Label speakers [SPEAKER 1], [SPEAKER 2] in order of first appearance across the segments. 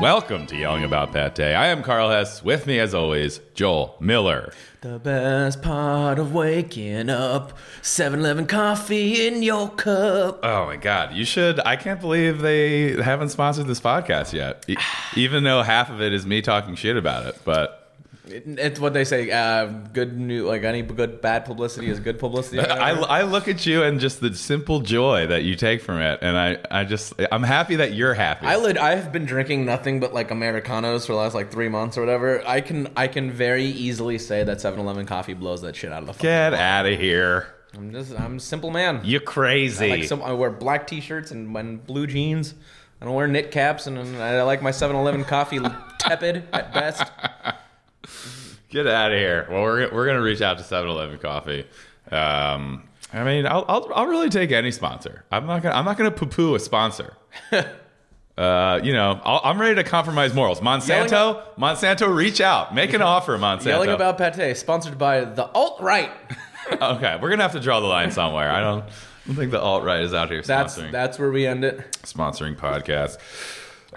[SPEAKER 1] Welcome to Yelling About That Day. I am Carl Hess. With me, as always, Joel Miller.
[SPEAKER 2] The best part of waking up 7 Eleven coffee in your cup.
[SPEAKER 1] Oh my God, you should. I can't believe they haven't sponsored this podcast yet, E- even though half of it is me talking shit about it. But
[SPEAKER 2] It- it's what they say uh, good new, like any good bad publicity is good publicity.
[SPEAKER 1] I, I look at you and just the simple joy that you take from it. And I, I just, I'm happy that you're happy.
[SPEAKER 2] I lid, I've been drinking nothing but like Americanos for the last like three months or whatever. I can I can very easily say that 7-Eleven coffee blows that shit out of the. fucking
[SPEAKER 1] Get out of here.
[SPEAKER 2] water. I'm just I'm a simple man.
[SPEAKER 1] You crazy.
[SPEAKER 2] Like some, I wear black t-shirts and, and blue jeans. I don't wear knit caps, and, and I like my 7-Eleven coffee tepid at best.
[SPEAKER 1] Get out of here. Well, we're, we're going to reach out to 7 Eleven Coffee. Um, I mean, I'll, I'll, I'll really take any sponsor. I'm not gonna I'm not gonna poo poo a sponsor. uh, you know, I'll, I'm ready to compromise morals. Monsanto,
[SPEAKER 2] Yelling-
[SPEAKER 1] Monsanto, reach out, make an offer, Monsanto.
[SPEAKER 2] Yelling about pate, sponsored by the alt right.
[SPEAKER 1] okay, we're gonna have to draw the line somewhere. I don't, I don't think the alt right is out here
[SPEAKER 2] That's
[SPEAKER 1] sponsoring
[SPEAKER 2] that's where we end it.
[SPEAKER 1] sponsoring podcasts.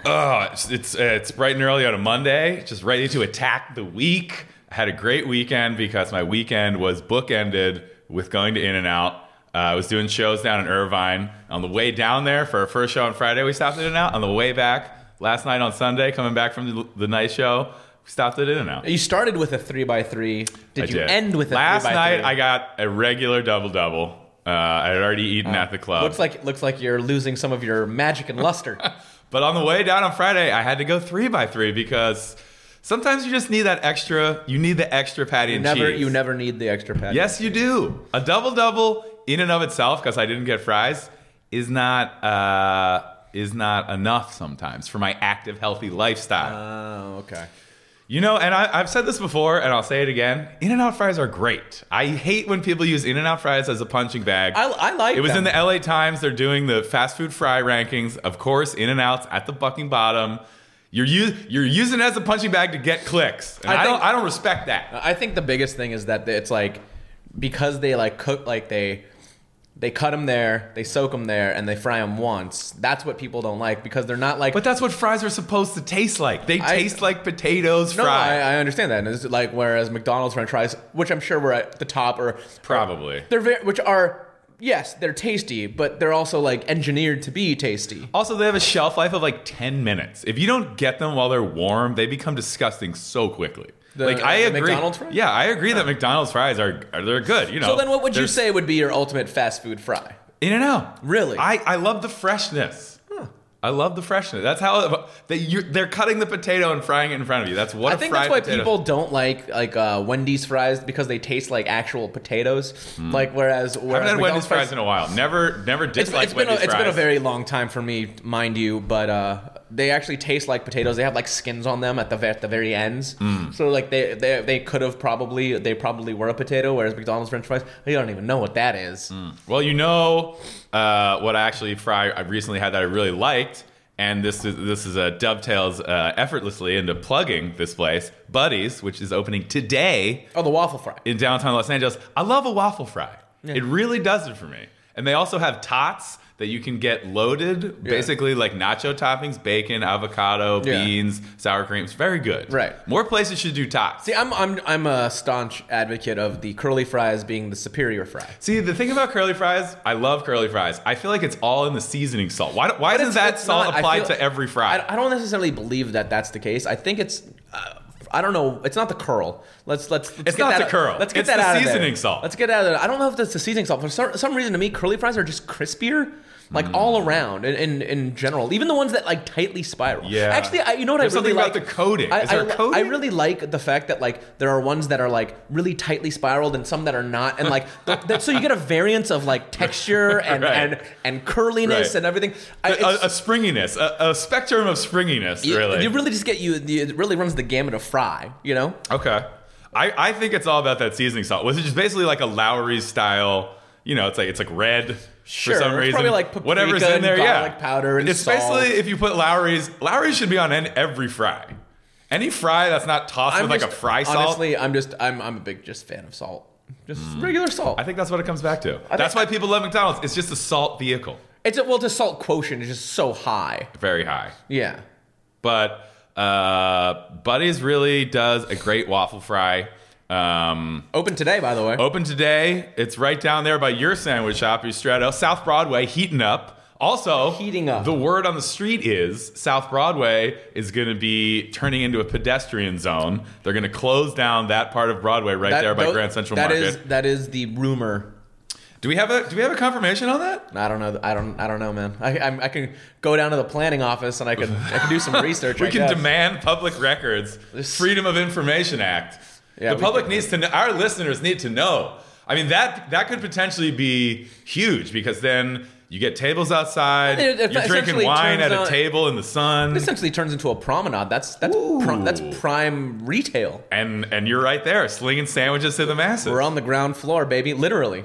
[SPEAKER 1] Oh, it's it's, uh, it's bright and early on a Monday, just ready to attack the week. I had a great weekend because my weekend was bookended with going to In and Out. Uh, I was doing shows down in Irvine. On the way down there for our first show on Friday, we stopped at In and Out. On the way back last night on Sunday, coming back from the, the night show, we stopped at In and Out.
[SPEAKER 2] You started with a three by three. Did you end with a
[SPEAKER 1] last
[SPEAKER 2] three by
[SPEAKER 1] night?
[SPEAKER 2] Three?
[SPEAKER 1] I got a regular double double. Uh, I had already eaten at the club.
[SPEAKER 2] looks like looks like you're losing some of your magic and luster.
[SPEAKER 1] But on the way down on Friday, I had to go three by three because sometimes you just need that extra. You need the extra patty
[SPEAKER 2] you
[SPEAKER 1] and
[SPEAKER 2] never
[SPEAKER 1] cheese.
[SPEAKER 2] you never need the extra pad.
[SPEAKER 1] Yes, you do. A double double in and of itself, because I didn't get fries, is not uh, is not enough sometimes for my active, healthy lifestyle.
[SPEAKER 2] Oh, okay.
[SPEAKER 1] You know, and I, I've said this before, and I'll say it again. In and out fries are great. I hate when people use In and out fries as a punching bag.
[SPEAKER 2] I, I like
[SPEAKER 1] It was
[SPEAKER 2] them.
[SPEAKER 1] in the LA Times. They're doing the fast food fry rankings. Of course, In and Out's at the fucking bottom. You're u- you're using it as a punching bag to get clicks. And I,
[SPEAKER 2] I think-
[SPEAKER 1] don't I don't respect that.
[SPEAKER 2] I think the biggest thing is that it's like because they like cook like they they cut them there, they soak them there, and they fry them once. That's what people don't like because they're not like
[SPEAKER 1] But that's what fries are supposed to taste like. They
[SPEAKER 2] I-
[SPEAKER 1] taste like potatoes
[SPEAKER 2] No, I,
[SPEAKER 1] fried.
[SPEAKER 2] I understand that. And it's like whereas McDonald's French fries, which I'm sure were at the top, or
[SPEAKER 1] Probably.
[SPEAKER 2] they're very, which are yes, they're tasty, but they're also like engineered to be tasty.
[SPEAKER 1] Also, they have a shelf life of like 10 minutes. If you don't get them while they're warm, they become disgusting so quickly.
[SPEAKER 2] The-
[SPEAKER 1] like I
[SPEAKER 2] the
[SPEAKER 1] agree.
[SPEAKER 2] McDonald's fries?
[SPEAKER 1] Yeah, I agree that McDonald's fries are are- they're good, you know.
[SPEAKER 2] So then, what would you
[SPEAKER 1] They're
[SPEAKER 2] say would be your ultimate fast food fry?
[SPEAKER 1] In and out.
[SPEAKER 2] Really?
[SPEAKER 1] I, I love the freshness. I love the freshness. That's how they you're, they're cutting the potato and frying it in front of you. That's what
[SPEAKER 2] I
[SPEAKER 1] a
[SPEAKER 2] think
[SPEAKER 1] fried
[SPEAKER 2] that's why
[SPEAKER 1] potato-
[SPEAKER 2] people don't like like uh, Wendy's fries because they taste like actual potatoes. Like whereas, whereas
[SPEAKER 1] I Hmm. haven't had Wendy's
[SPEAKER 2] McDonald's
[SPEAKER 1] fries in a while. Never never
[SPEAKER 2] It's,
[SPEAKER 1] disliked
[SPEAKER 2] it's been a,
[SPEAKER 1] Wendy's
[SPEAKER 2] it's been a
[SPEAKER 1] fries.
[SPEAKER 2] very long time for me, mind you, but uh, they actually taste like potatoes. They have like skins on them at the ve- at the very ends.
[SPEAKER 1] Mm.
[SPEAKER 2] So like they they, they could have probably they probably were a potato, whereas McDonald's French fries, you don't even know what that is.
[SPEAKER 1] well, you know uh, what I actually fry I recently had that I really liked, and this is this is a dovetails uh, effortlessly into plugging this place, Buddies, which is opening today
[SPEAKER 2] Oh, the waffle fry.
[SPEAKER 1] in downtown Los Angeles. I love a waffle fry. It really does it for me. And they also have tots that you can get loaded, basically like nacho toppings, bacon, avocado,
[SPEAKER 2] Yeah.
[SPEAKER 1] beans, sour cream. It's very good.
[SPEAKER 2] Right.
[SPEAKER 1] More places should do tots.
[SPEAKER 2] See, I'm I'm I'm a staunch advocate of the curly fries being the superior fry.
[SPEAKER 1] See, the thing about curly fries, I love curly fries. I feel like it's all in the seasoning salt. Why, why
[SPEAKER 2] But
[SPEAKER 1] does
[SPEAKER 2] it's-
[SPEAKER 1] that
[SPEAKER 2] it's
[SPEAKER 1] salt
[SPEAKER 2] not. I
[SPEAKER 1] apply
[SPEAKER 2] feel-
[SPEAKER 1] to every fry?
[SPEAKER 2] I, I don't necessarily believe that that's the case. I think it's. Uh, I don't know. It's not the curl. Let's let's. let's
[SPEAKER 1] It's not
[SPEAKER 2] that
[SPEAKER 1] the
[SPEAKER 2] out-
[SPEAKER 1] curl.
[SPEAKER 2] Let's get
[SPEAKER 1] It's
[SPEAKER 2] that
[SPEAKER 1] the
[SPEAKER 2] out of there.
[SPEAKER 1] seasoning salt.
[SPEAKER 2] Let's get out of there. I don't know if that's the seasoning salt. For some, some reason, to me, curly fries are just crispier, like all
[SPEAKER 1] Hmm.
[SPEAKER 2] around, in, in in general. Even the ones that like tightly spiral.
[SPEAKER 1] Yeah.
[SPEAKER 2] Actually, I, you know what
[SPEAKER 1] There's
[SPEAKER 2] I really
[SPEAKER 1] something
[SPEAKER 2] like
[SPEAKER 1] about the coating.
[SPEAKER 2] I,
[SPEAKER 1] Is there
[SPEAKER 2] I
[SPEAKER 1] a
[SPEAKER 2] li-
[SPEAKER 1] coating?
[SPEAKER 2] I really like the fact that like there are ones that are like really tightly spiraled and some that are not, and like th- that, so you get a variance of like texture and
[SPEAKER 1] Right.
[SPEAKER 2] and and curliness
[SPEAKER 1] Right.
[SPEAKER 2] and everything. I,
[SPEAKER 1] a,
[SPEAKER 2] it's-
[SPEAKER 1] a springiness, a, a spectrum of springiness,
[SPEAKER 2] you-
[SPEAKER 1] Oh, really.
[SPEAKER 2] You really just get you. you- It really runs the gamut of fry. You know.
[SPEAKER 1] Okay. I, I think it's all about that seasoning salt. Was it just basically like a Lowry's style? You know, it's like it's like red for
[SPEAKER 2] Sure,
[SPEAKER 1] some
[SPEAKER 2] it's
[SPEAKER 1] reason.
[SPEAKER 2] probably like paprika and garlic powder and
[SPEAKER 1] it's
[SPEAKER 2] salt.
[SPEAKER 1] basically if you put Lowry's, Lowry's should be on en- every fry. Any fry that's not tossed with like a fry salt.
[SPEAKER 2] Honestly, I'm just I'm I'm a big just fan of salt. Just regular salt.
[SPEAKER 1] Hmm. I think that's what it comes back to. that's why
[SPEAKER 2] think-
[SPEAKER 1] people love McDonald's. It's just a salt vehicle,
[SPEAKER 2] it's a, well, the salt quotient is just so high.
[SPEAKER 1] very high.
[SPEAKER 2] Yeah.
[SPEAKER 1] But Uh, Buddy's really does a great waffle fry. Um,
[SPEAKER 2] Open today, by the way.
[SPEAKER 1] Open today. It's right down there by your sandwich shop, Estretto, South Broadway, heating up. Also,
[SPEAKER 2] Heating up.
[SPEAKER 1] The word on the street is South Broadway is going to be turning into a pedestrian zone. They're going to close down that part of Broadway right
[SPEAKER 2] That-
[SPEAKER 1] there by
[SPEAKER 2] tho-
[SPEAKER 1] Grand Central
[SPEAKER 2] that
[SPEAKER 1] Market.
[SPEAKER 2] is- that is the rumor.
[SPEAKER 1] do we have a Do we have a confirmation on that?
[SPEAKER 2] I don't know. I don't. I don't know, man. I I, I can go down to the planning office and I could I could do some research.
[SPEAKER 1] We
[SPEAKER 2] I
[SPEAKER 1] can
[SPEAKER 2] guess.
[SPEAKER 1] demand public records,
[SPEAKER 2] This-
[SPEAKER 1] Freedom of Information Act.
[SPEAKER 2] Yeah,
[SPEAKER 1] the
[SPEAKER 2] we
[SPEAKER 1] public
[SPEAKER 2] could-
[SPEAKER 1] needs to know. Our listeners need to know. I mean that that could potentially be huge because then you get tables outside.
[SPEAKER 2] It- it
[SPEAKER 1] you're drinking
[SPEAKER 2] essentially
[SPEAKER 1] wine at
[SPEAKER 2] turns
[SPEAKER 1] a
[SPEAKER 2] out-
[SPEAKER 1] table in the sun,
[SPEAKER 2] It essentially turns into a promenade. That's that's
[SPEAKER 1] Ooh.
[SPEAKER 2] pri- that's prime retail.
[SPEAKER 1] and and you're right there slinging sandwiches to the masses.
[SPEAKER 2] We're on the ground floor, baby. Literally.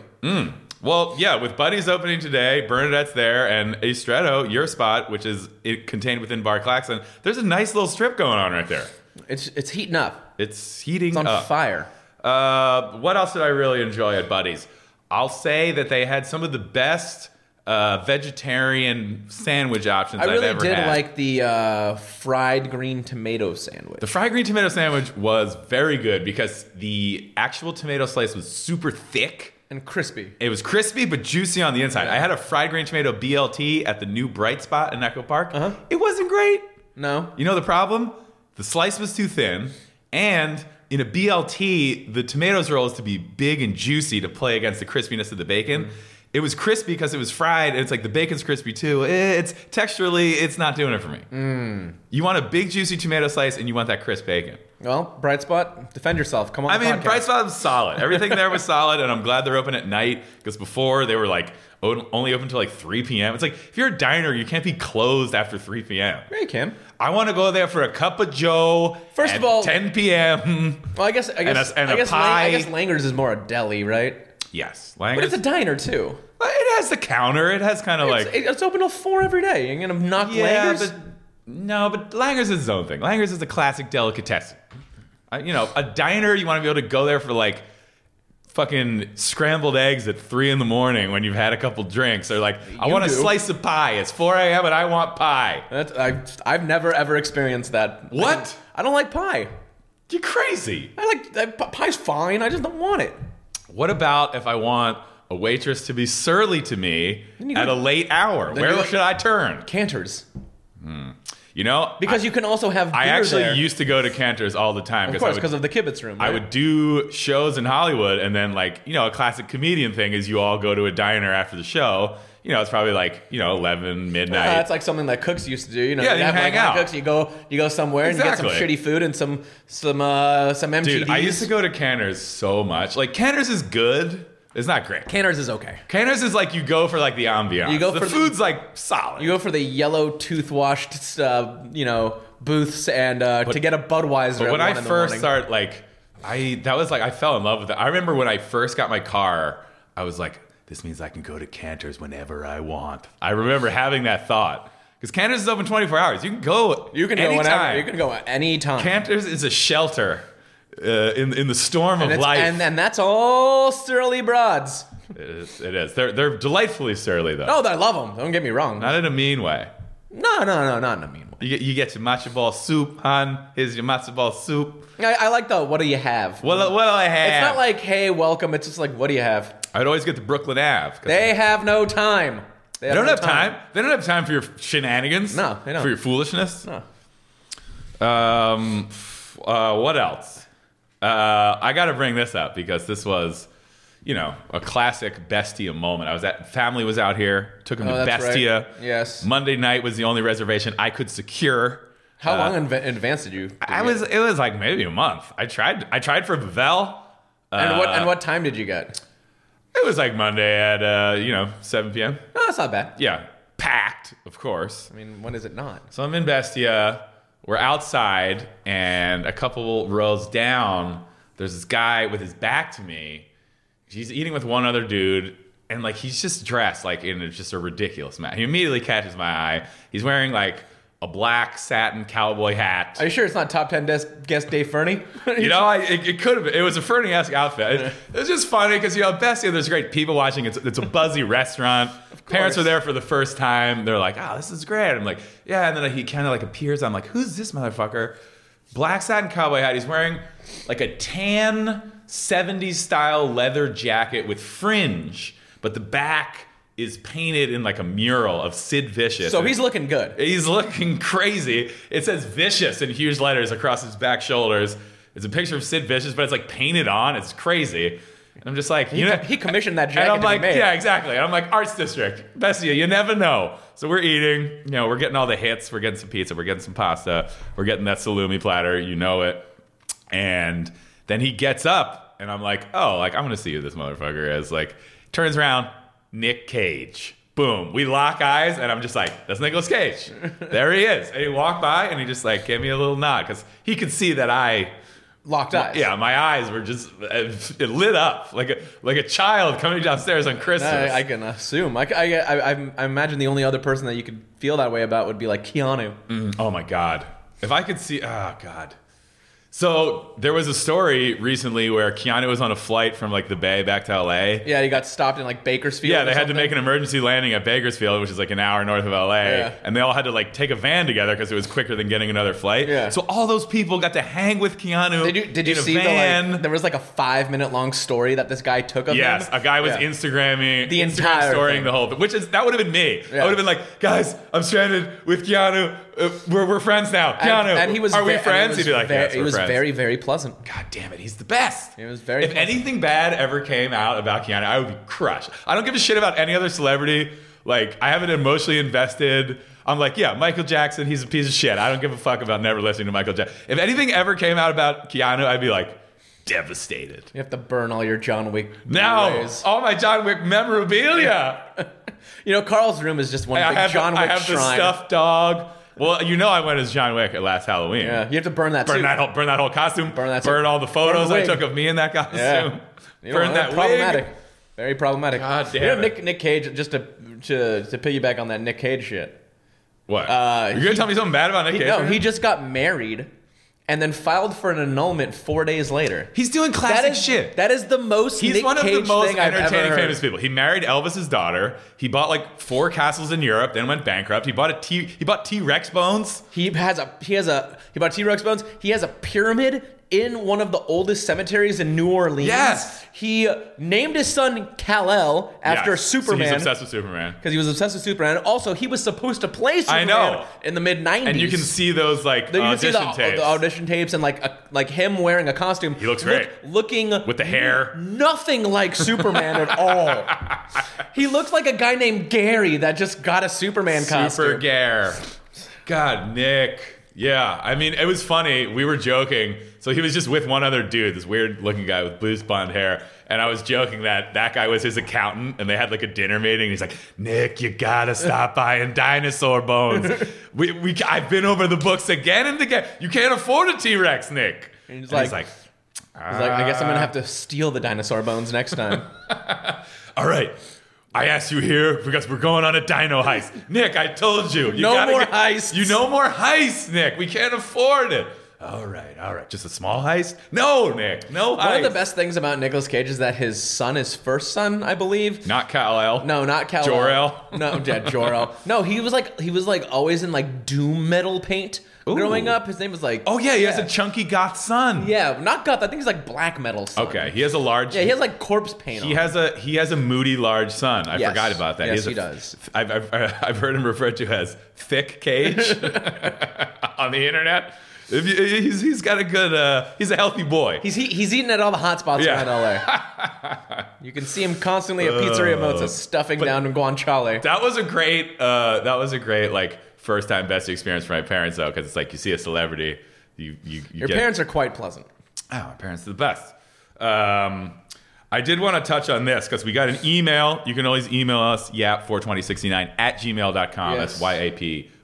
[SPEAKER 1] Well, yeah, with Buddy's opening today, Bernadette's there, and Estretto, your spot, which is it, contained within Bar Claxon. There's a nice little strip going on right there.
[SPEAKER 2] It's it's heating up.
[SPEAKER 1] It's heating
[SPEAKER 2] It's on
[SPEAKER 1] up.
[SPEAKER 2] fire.
[SPEAKER 1] Uh, what else did I really enjoy at Buddy's? I'll say that they had some of the best uh, vegetarian sandwich options
[SPEAKER 2] I
[SPEAKER 1] have
[SPEAKER 2] really
[SPEAKER 1] ever
[SPEAKER 2] did
[SPEAKER 1] had.
[SPEAKER 2] like the uh, fried green tomato sandwich.
[SPEAKER 1] the fried green tomato sandwich was very good because the actual tomato slice was super thick.
[SPEAKER 2] and crispy.
[SPEAKER 1] It was crispy but juicy on the inside. I had a fried green tomato BLT at the new Bright Spot in Echo Park.
[SPEAKER 2] Uh-huh.
[SPEAKER 1] It wasn't great.
[SPEAKER 2] No.
[SPEAKER 1] You know the problem? The slice was too thin, and in a BLT, the tomatoes are always to be big and juicy to play against the crispiness of the bacon. It was crispy because it was fried, and it's like the bacon's crispy too. Eh, It's texturally, it's not doing it for me.
[SPEAKER 2] Mm.
[SPEAKER 1] You want a big juicy tomato slice, and you want that crisp bacon.
[SPEAKER 2] Well, bright spot. Defend yourself. Come on.
[SPEAKER 1] I
[SPEAKER 2] the
[SPEAKER 1] mean,
[SPEAKER 2] podcast.
[SPEAKER 1] Bright Spot was solid. Everything there was solid, and I'm glad they're open at night because before they were like o- only open till like 3 p.m. It's like if you're a diner, you can't be closed after 3 p.m.
[SPEAKER 2] Yeah, you can.
[SPEAKER 1] I want to go there for a cup of Joe.
[SPEAKER 2] First
[SPEAKER 1] at
[SPEAKER 2] of all-
[SPEAKER 1] 10 p.m.
[SPEAKER 2] Well, I guess I
[SPEAKER 1] a-
[SPEAKER 2] guess
[SPEAKER 1] and a
[SPEAKER 2] I guess Lang-
[SPEAKER 1] pie.
[SPEAKER 2] I guess Langer's is more a deli, right?
[SPEAKER 1] Yes,
[SPEAKER 2] But it's
[SPEAKER 1] Langer's.
[SPEAKER 2] a diner too.
[SPEAKER 1] But it has the counter. It has kind of like
[SPEAKER 2] it's, it's open till four every day. You're gonna knock
[SPEAKER 1] yeah,
[SPEAKER 2] Langer's.
[SPEAKER 1] but no, but Langer's is its own thing. Langer's is a classic delicatessen. Uh, you know, a diner you want to be able to go there for like fucking scrambled eggs at three in the morning when you've had a couple drinks, or like I
[SPEAKER 2] You
[SPEAKER 1] want a
[SPEAKER 2] do.
[SPEAKER 1] slice of pie. It's 4 a.m. and I want pie.
[SPEAKER 2] That's, I, I've never ever experienced that.
[SPEAKER 1] What?
[SPEAKER 2] I don't, I don't like pie.
[SPEAKER 1] You're crazy.
[SPEAKER 2] I like I, p- pie's fine. I just don't want it.
[SPEAKER 1] What about if I want a waitress to be surly to me
[SPEAKER 2] Then you
[SPEAKER 1] at
[SPEAKER 2] go-
[SPEAKER 1] a late hour?
[SPEAKER 2] Then
[SPEAKER 1] Where
[SPEAKER 2] you go-
[SPEAKER 1] should I turn?
[SPEAKER 2] Cantors,
[SPEAKER 1] You know,
[SPEAKER 2] because you can also have. Beer
[SPEAKER 1] I actually
[SPEAKER 2] there.
[SPEAKER 1] used to go to Cantor's all the time
[SPEAKER 2] of
[SPEAKER 1] because
[SPEAKER 2] course
[SPEAKER 1] I would.
[SPEAKER 2] because of the kibitz room.
[SPEAKER 1] I
[SPEAKER 2] right?
[SPEAKER 1] would do shows in Hollywood, and then like you know, a classic comedian thing is you all go to a diner after the show. You know, it's probably like you know eleven midnight.
[SPEAKER 2] Uh, that's like something that cooks used to do. You know,
[SPEAKER 1] Yeah,
[SPEAKER 2] you'd
[SPEAKER 1] you
[SPEAKER 2] have,
[SPEAKER 1] hang
[SPEAKER 2] like,
[SPEAKER 1] out.
[SPEAKER 2] Cooks, you go, you go somewhere and you get some
[SPEAKER 1] Exactly.
[SPEAKER 2] shitty food and some some uh, some MTDs.
[SPEAKER 1] Dude, I used to go to Cantor's so much. Like Cantor's is good. It's not great.
[SPEAKER 2] Cantors is okay.
[SPEAKER 1] Cantor's is like you go for like the ambiance.
[SPEAKER 2] You go
[SPEAKER 1] the
[SPEAKER 2] for the-
[SPEAKER 1] food's like solid.
[SPEAKER 2] You go for the yellow toothwashed, uh, you know, booths and uh, to get a Budweiser. at
[SPEAKER 1] But when
[SPEAKER 2] one
[SPEAKER 1] I
[SPEAKER 2] in the
[SPEAKER 1] first
[SPEAKER 2] morning.
[SPEAKER 1] started, like, I that was like I fell in love with it. I remember when I first got my car, I was like, this means I can go to Cantor's whenever I want. I remember having that thought because Cantor's is open 24 hours. You can go.
[SPEAKER 2] you can go
[SPEAKER 1] anytime.
[SPEAKER 2] whenever. You can go anytime.
[SPEAKER 1] Cantor's is a shelter uh, in in the storm
[SPEAKER 2] and,
[SPEAKER 1] of
[SPEAKER 2] it's-
[SPEAKER 1] life.
[SPEAKER 2] and and that's all surly broads.
[SPEAKER 1] it is. It is. They're they're delightfully surly though.
[SPEAKER 2] Oh, I love them. Don't get me wrong.
[SPEAKER 1] Not in a mean way.
[SPEAKER 2] No, no, no, not in a mean way.
[SPEAKER 1] You get, you get your matzo ball soup, hon. Here's your matzo ball soup.
[SPEAKER 2] I, I like the what do you have?
[SPEAKER 1] What, what do I have?
[SPEAKER 2] it's not like hey, welcome. It's just like what do you have?
[SPEAKER 1] I'd always get the Brooklyn Ave. 'cause
[SPEAKER 2] They have no time.
[SPEAKER 1] They don't have time. They don't have time for your shenanigans.
[SPEAKER 2] No, they don't.
[SPEAKER 1] For your foolishness.
[SPEAKER 2] No.
[SPEAKER 1] Um, f- uh, what else? Uh, I got to bring this up because this was, you know, a classic Bestia moment. I was at family was out here, took him
[SPEAKER 2] Oh,
[SPEAKER 1] to
[SPEAKER 2] that's right.
[SPEAKER 1] Bestia.
[SPEAKER 2] Yes.
[SPEAKER 1] Monday night was the only reservation I could secure.
[SPEAKER 2] How
[SPEAKER 1] Uh,
[SPEAKER 2] long in in advance did you? did
[SPEAKER 1] I
[SPEAKER 2] you
[SPEAKER 1] was.
[SPEAKER 2] get?
[SPEAKER 1] It was like maybe a month. I tried. I tried for Bevel.
[SPEAKER 2] And what
[SPEAKER 1] uh,
[SPEAKER 2] and what time did you get?
[SPEAKER 1] It was like Monday at uh, you know 7 p.m.
[SPEAKER 2] No, that's not bad.
[SPEAKER 1] Yeah, packed, of course.
[SPEAKER 2] I mean, when is it not?
[SPEAKER 1] So I'm in Bestia. We're outside, and a couple rows down, there's this guy with his back to me. He's eating with one other dude, and like he's just dressed like in just a ridiculous man. He immediately catches my eye. He's wearing like a black satin cowboy hat.
[SPEAKER 2] Are you sure it's not top ten des- guest Dave Fernie?
[SPEAKER 1] You know, I, it, it could have. It was a Fernie-esque outfit. It, it's just funny because you know, Bessie. There's great people watching. It's it's a buzzy restaurant. Parents
[SPEAKER 2] course.
[SPEAKER 1] are there for the first time. They're like, "Oh, this is great." I'm like, "Yeah." And then he kind of like appears. I'm like, "Who's this motherfucker?" Black satin cowboy hat. He's wearing like a tan '70s style leather jacket with fringe, but the back is painted in like a mural of Sid Vicious.
[SPEAKER 2] so
[SPEAKER 1] And
[SPEAKER 2] he's looking good.
[SPEAKER 1] He's looking crazy. It says vicious in huge letters across his back shoulders. It's a picture of Sid Vicious, but it's like painted on. It's crazy. And I'm just like, you know,
[SPEAKER 2] He commissioned that jacket.
[SPEAKER 1] and I'm
[SPEAKER 2] to be
[SPEAKER 1] like,
[SPEAKER 2] made.
[SPEAKER 1] yeah, exactly. And I'm like, arts district, Bessie, you never know. So we're eating, you know, we're getting all the hits. We're getting some pizza. We're getting some pasta. We're getting that salumi platter. You know it. And then he gets up, and I'm like, oh, like I'm gonna see who this motherfucker is. Like, turns around, Nick Cage. Boom. We lock eyes, and I'm just like, that's Nicolas Cage. there he is. And he walked by, and he just like gave me a little nod because he could see that I
[SPEAKER 2] Locked eyes.
[SPEAKER 1] yeah, my eyes were just it lit up like a like a child coming downstairs on Christmas.
[SPEAKER 2] I, I can assume. I, I, I, I imagine the only other person that you could feel that way about would be like Keanu.
[SPEAKER 1] Mm, oh my god! If I could see, oh god. So there was a story recently where Keanu was on a flight from like the Bay back to LA. Yeah,
[SPEAKER 2] Yeah, he got stopped in like Bakersfield. or
[SPEAKER 1] they had to
[SPEAKER 2] something.
[SPEAKER 1] make an emergency landing at Bakersfield, which is like an hour north of LA,
[SPEAKER 2] Yeah.
[SPEAKER 1] and they all had to like take a van together because it was quicker than getting another flight.
[SPEAKER 2] Yeah.
[SPEAKER 1] So all those people got to hang with Keanu.
[SPEAKER 2] Did you, did you
[SPEAKER 1] in a
[SPEAKER 2] see
[SPEAKER 1] van.
[SPEAKER 2] the like, there was like a five minute long story that this guy took of
[SPEAKER 1] Yes,
[SPEAKER 2] him?
[SPEAKER 1] a guy was
[SPEAKER 2] Yeah.
[SPEAKER 1] Instagramming
[SPEAKER 2] The
[SPEAKER 1] Instagram
[SPEAKER 2] entire
[SPEAKER 1] storying
[SPEAKER 2] thing.
[SPEAKER 1] the whole thing, which is that would have been me.
[SPEAKER 2] Yeah.
[SPEAKER 1] I would have been like, guys, I'm stranded with Keanu. Uh, we're, we're friends now. Keanu,
[SPEAKER 2] And, and he was
[SPEAKER 1] are
[SPEAKER 2] ve-
[SPEAKER 1] we
[SPEAKER 2] and
[SPEAKER 1] friends?
[SPEAKER 2] He was,
[SPEAKER 1] He'd be like,
[SPEAKER 2] very,
[SPEAKER 1] yes,
[SPEAKER 2] he
[SPEAKER 1] we're
[SPEAKER 2] was
[SPEAKER 1] friends.
[SPEAKER 2] very very pleasant.
[SPEAKER 1] God damn it, he's the best.
[SPEAKER 2] He was very
[SPEAKER 1] If
[SPEAKER 2] pleasant.
[SPEAKER 1] anything bad ever came out about Keanu, I would be crushed. I don't give a shit about any other celebrity. Like, I haven't emotionally invested. I'm like, yeah, Michael Jackson, he's a piece of shit. I don't give a fuck about never listening to Michael Jackson. If anything ever came out about Keanu, I'd be like, devastated.
[SPEAKER 2] You have to burn all your John Wick.
[SPEAKER 1] Now,
[SPEAKER 2] Blu-rays.
[SPEAKER 1] all my John Wick memorabilia.
[SPEAKER 2] you know Carl's room is just one
[SPEAKER 1] I
[SPEAKER 2] big
[SPEAKER 1] have,
[SPEAKER 2] John
[SPEAKER 1] the,
[SPEAKER 2] Wick
[SPEAKER 1] I have the
[SPEAKER 2] shrine.
[SPEAKER 1] stuffed dog. Well, you know I went as John Wick at last Halloween.
[SPEAKER 2] Yeah, you have to burn that.
[SPEAKER 1] Burn
[SPEAKER 2] too.
[SPEAKER 1] that whole burn that whole costume.
[SPEAKER 2] Burn that too.
[SPEAKER 1] all the photos
[SPEAKER 2] Burn the
[SPEAKER 1] I took
[SPEAKER 2] wig.
[SPEAKER 1] of me in that costume.
[SPEAKER 2] Yeah. You know,
[SPEAKER 1] Burn that wig.
[SPEAKER 2] problematic. Very problematic.
[SPEAKER 1] God
[SPEAKER 2] you know,
[SPEAKER 1] damn it.
[SPEAKER 2] Nick Nick Cage just to to to piggyback on that Nick Cage shit.
[SPEAKER 1] What?
[SPEAKER 2] Uh,
[SPEAKER 1] You're gonna tell me something bad about Nick Cage?
[SPEAKER 2] No,
[SPEAKER 1] right
[SPEAKER 2] he
[SPEAKER 1] now?
[SPEAKER 2] just got married and then filed for an annulment four days later.
[SPEAKER 1] he's doing classic
[SPEAKER 2] That is
[SPEAKER 1] shit.
[SPEAKER 2] That is the most
[SPEAKER 1] He's
[SPEAKER 2] Nick
[SPEAKER 1] one of
[SPEAKER 2] Cage
[SPEAKER 1] the most
[SPEAKER 2] thing I've ever
[SPEAKER 1] entertaining
[SPEAKER 2] heard.
[SPEAKER 1] famous people. He married Elvis's daughter. He bought like four castles in Europe, then went bankrupt. He bought a T. He bought T Rex bones.
[SPEAKER 2] He has a he has a he bought T Rex bones. He has a pyramid in one of the oldest cemeteries in New Orleans.
[SPEAKER 1] Yes.
[SPEAKER 2] He named his son Kal El after
[SPEAKER 1] Yes. So he's
[SPEAKER 2] Superman.
[SPEAKER 1] obsessed with Superman.
[SPEAKER 2] because he was obsessed with Superman. Also, he was supposed to play Superman
[SPEAKER 1] I know.
[SPEAKER 2] in the mid '90s.
[SPEAKER 1] And you can see those like
[SPEAKER 2] There you can see
[SPEAKER 1] audition
[SPEAKER 2] the,
[SPEAKER 1] tapes.
[SPEAKER 2] the audition tapes and like a, like him wearing a costume. He
[SPEAKER 1] looks great.
[SPEAKER 2] looking
[SPEAKER 1] With the hair.
[SPEAKER 2] nothing like Superman at all. He looks like a guy named Gary that just got a Superman
[SPEAKER 1] Super
[SPEAKER 2] costume.
[SPEAKER 1] Gare. God, Nick. Yeah, I mean, it was funny. We were joking. So he was just with one other dude, this weird looking guy with blue blonde hair. And I was joking that that guy was his accountant and they had like a dinner meeting. He's like, Nick, you gotta stop buying dinosaur bones. we, we, I've been over the books again and again. You can't afford a T Rex, Nick.
[SPEAKER 2] And he's
[SPEAKER 1] And
[SPEAKER 2] like- He's like, I guess
[SPEAKER 1] Ah.
[SPEAKER 2] I'm gonna have to steal the dinosaur bones next time.
[SPEAKER 1] All right. I asked you here because we're going on a dino heist. Nick, I told you. you
[SPEAKER 2] No
[SPEAKER 1] gotta
[SPEAKER 2] more heists.
[SPEAKER 1] You no more heists, Nick. We can't afford it. All right, all right. Just a small heist? No, Nick. No heist.
[SPEAKER 2] One of the best things about Nicolas Cage is that his son, his first son, I believe.
[SPEAKER 1] Not Kyle L.
[SPEAKER 2] No, not Cal.
[SPEAKER 1] Jor-El?
[SPEAKER 2] No, yeah, Jor-El. No, he was like he was like always in like doom metal paint growing
[SPEAKER 1] Ooh.
[SPEAKER 2] up. His name was like
[SPEAKER 1] Oh, yeah. He has a chunky goth son.
[SPEAKER 2] Yeah, not goth. I think he's like black metal. Son.
[SPEAKER 1] Okay. He has a large.
[SPEAKER 2] Yeah, he has like corpse paint.
[SPEAKER 1] He
[SPEAKER 2] on.
[SPEAKER 1] has a he has a moody large son. I
[SPEAKER 2] Yes.
[SPEAKER 1] forgot about that.
[SPEAKER 2] Yes,
[SPEAKER 1] has
[SPEAKER 2] he
[SPEAKER 1] a-
[SPEAKER 2] does.
[SPEAKER 1] I've, I've I've heard him referred to as thick cage on the internet. If you, he's he's got a good uh, he's a healthy boy.
[SPEAKER 2] He's he, he's eating at all the hot spots
[SPEAKER 1] Yeah.
[SPEAKER 2] around LA. you can see him constantly at Pizzeria Mozza stuffing down in guanciale.
[SPEAKER 1] Uh, That was a great. Uh, that was a great like first time best experience for my parents though, because it's like you see a celebrity, you you, you
[SPEAKER 2] Your
[SPEAKER 1] get,
[SPEAKER 2] parents are quite pleasant.
[SPEAKER 1] Oh, my parents are the best. Um, I did want to touch on this because we got an email. You can always email us yap42069 at gmail.com.
[SPEAKER 2] Yes.
[SPEAKER 1] That's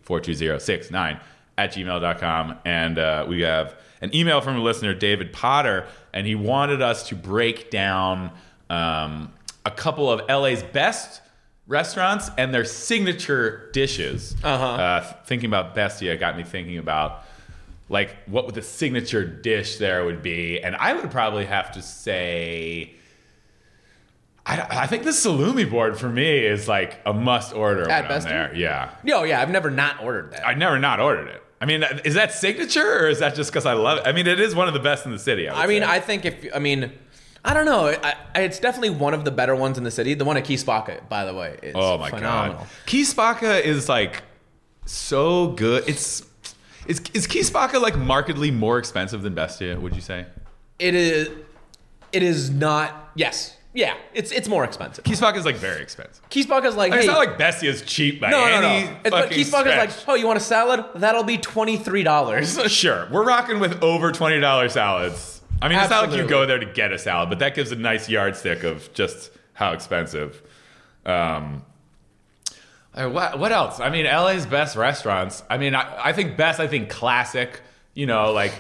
[SPEAKER 1] yap42069 at gmail.com. And uh, we have an email from a listener, David Potter, and he wanted us to break down um, a couple of LA's best restaurants and their signature dishes.
[SPEAKER 2] Uh-huh.
[SPEAKER 1] Uh, thinking about Bestia got me thinking about like what would the signature dish there would be, and I would probably have to say. I, I think the salumi board for me is like a must order when
[SPEAKER 2] At
[SPEAKER 1] I'm
[SPEAKER 2] Bestia?
[SPEAKER 1] there. Yeah,
[SPEAKER 2] Yo, yeah, I've never not ordered that.
[SPEAKER 1] I never not ordered it. I mean, is that signature or is that just because I love it? I mean, it is one of the best in the city. I, would
[SPEAKER 2] I mean,
[SPEAKER 1] say.
[SPEAKER 2] I think if I mean, I don't know. I, I, it's definitely one of the better ones in the city. The one at Key Spocket, by the way, is
[SPEAKER 1] Oh my
[SPEAKER 2] phenomenal.
[SPEAKER 1] god, Kispaka is like so good. It's is is Kispaka like markedly more expensive than Bestia? Would you say
[SPEAKER 2] It is. It is not. Yes. Yeah. It's it's more expensive.
[SPEAKER 1] Kispaka is like very expensive?
[SPEAKER 2] Key Spocka's like,
[SPEAKER 1] I mean, it's
[SPEAKER 2] hey,
[SPEAKER 1] not like Bestia's cheap by
[SPEAKER 2] no, no,
[SPEAKER 1] any
[SPEAKER 2] no. It's, but
[SPEAKER 1] fucking
[SPEAKER 2] Key Spocka's like,
[SPEAKER 1] stretch.
[SPEAKER 2] oh, you want a salad? That'll be twenty three dollars.
[SPEAKER 1] sure, we're rocking with over twenty dollars salads. I mean, it's not like you
[SPEAKER 2] Absolutely.
[SPEAKER 1] go there to get a salad, but that gives a nice yardstick of just how expensive. Um, uh, what what else? I mean, LA's best restaurants. I mean, I, I think best. I think classic. You know, like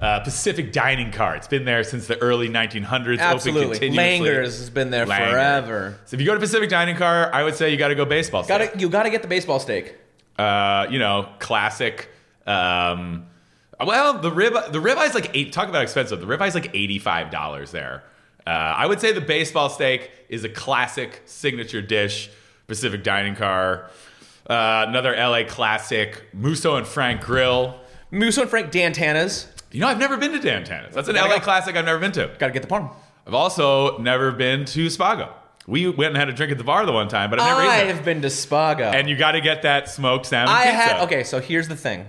[SPEAKER 1] uh, Pacific Dining Car. It's been there since the early 1900s. Open
[SPEAKER 2] Absolutely.
[SPEAKER 1] continuously.
[SPEAKER 2] Langers has been there
[SPEAKER 1] Langer.
[SPEAKER 2] forever.
[SPEAKER 1] So if you go to Pacific Dining Car, I would say you got to go baseball.
[SPEAKER 2] Got to you got to get the baseball steak.
[SPEAKER 1] uh, you know, classic. Um, well, the rib the ribeye's like eight. Talk about expensive. The ribeye's like eighty five dollars there. Uh, I would say the baseball steak is a classic signature dish. Pacific Dining Car, uh, another LA classic. Musso and Frank Grill.
[SPEAKER 2] Musso and Frank Dantana's.
[SPEAKER 1] You know, I've never been to Dantana's. That's an
[SPEAKER 2] Gotta
[SPEAKER 1] LA
[SPEAKER 2] go.
[SPEAKER 1] classic I've never been to.
[SPEAKER 2] Got to get the parm.
[SPEAKER 1] I've also never been to Spago. We went and had a drink at the bar the one time, but I've never
[SPEAKER 2] I
[SPEAKER 1] eaten it.
[SPEAKER 2] have been to Spago.
[SPEAKER 1] And you got to get that smoked salmon
[SPEAKER 2] I
[SPEAKER 1] pizza.
[SPEAKER 2] had okay. So here's the thing.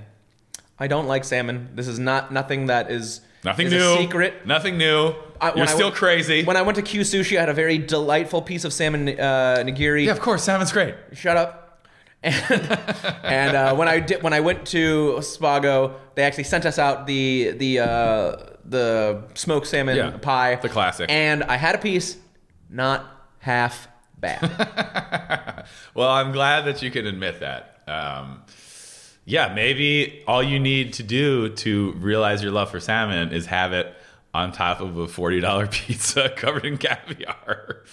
[SPEAKER 2] I don't like salmon. This is not nothing that is
[SPEAKER 1] Nothing
[SPEAKER 2] is
[SPEAKER 1] new.
[SPEAKER 2] A secret.
[SPEAKER 1] Nothing new.
[SPEAKER 2] I- when
[SPEAKER 1] You're
[SPEAKER 2] I
[SPEAKER 1] still
[SPEAKER 2] went-
[SPEAKER 1] crazy.
[SPEAKER 2] When I went to Q Sushi, I had a very delightful piece of salmon uh, nigiri.
[SPEAKER 1] yeah, of course. Salmon's great.
[SPEAKER 2] Shut up. And, and uh, when I did, when I went to Spago, they actually sent us out the the uh, the smoked salmon
[SPEAKER 1] Yeah,
[SPEAKER 2] pie,
[SPEAKER 1] the classic.
[SPEAKER 2] And I had a piece, not half bad.
[SPEAKER 1] Well, I'm glad that you can admit that. Um, yeah, maybe all you need to do to realize your love for salmon is have it on top of a $40 pizza covered in caviar.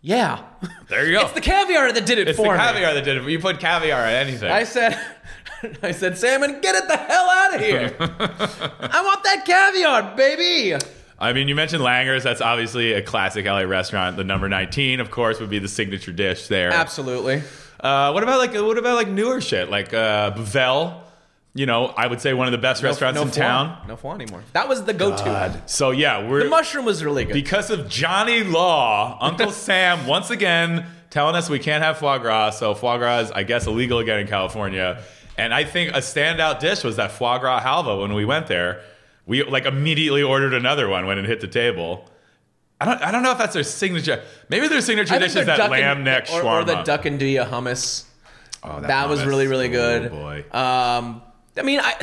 [SPEAKER 2] yeah,
[SPEAKER 1] There you go.
[SPEAKER 2] it's the caviar that did it
[SPEAKER 1] It's the
[SPEAKER 2] for me.
[SPEAKER 1] caviar that did it. You put caviar on anything.
[SPEAKER 2] I said, I said, Salmon, get it the hell out of here. I want that caviar, baby.
[SPEAKER 1] I mean, you mentioned Langers. That's obviously a classic LA restaurant. The number 19, of course, would be the signature dish there.
[SPEAKER 2] Absolutely.
[SPEAKER 1] Uh, what about like what about like newer shit like uh, Bevel? You know, I would say one of the best restaurants in
[SPEAKER 2] foie.
[SPEAKER 1] town.
[SPEAKER 2] No foie anymore. That was the go-to.
[SPEAKER 1] So yeah, we're
[SPEAKER 2] The mushroom was really good.
[SPEAKER 1] because of Johnny Law, Uncle Sam once again telling us we can't have foie gras. So foie gras is, I guess, illegal again in California. And I think a standout dish was that foie gras halva when we went there. We like immediately ordered another one when it hit the table. I don't, I don't know if that's their signature. Maybe their signature
[SPEAKER 2] I think
[SPEAKER 1] dish
[SPEAKER 2] their
[SPEAKER 1] is that
[SPEAKER 2] duck
[SPEAKER 1] lamb
[SPEAKER 2] and-
[SPEAKER 1] neck
[SPEAKER 2] or,
[SPEAKER 1] shawarma.
[SPEAKER 2] or the duck and dia hummus.
[SPEAKER 1] Oh,
[SPEAKER 2] That, was
[SPEAKER 1] hummus.
[SPEAKER 2] really really good.
[SPEAKER 1] Oh, boy.
[SPEAKER 2] Um, I mean, I,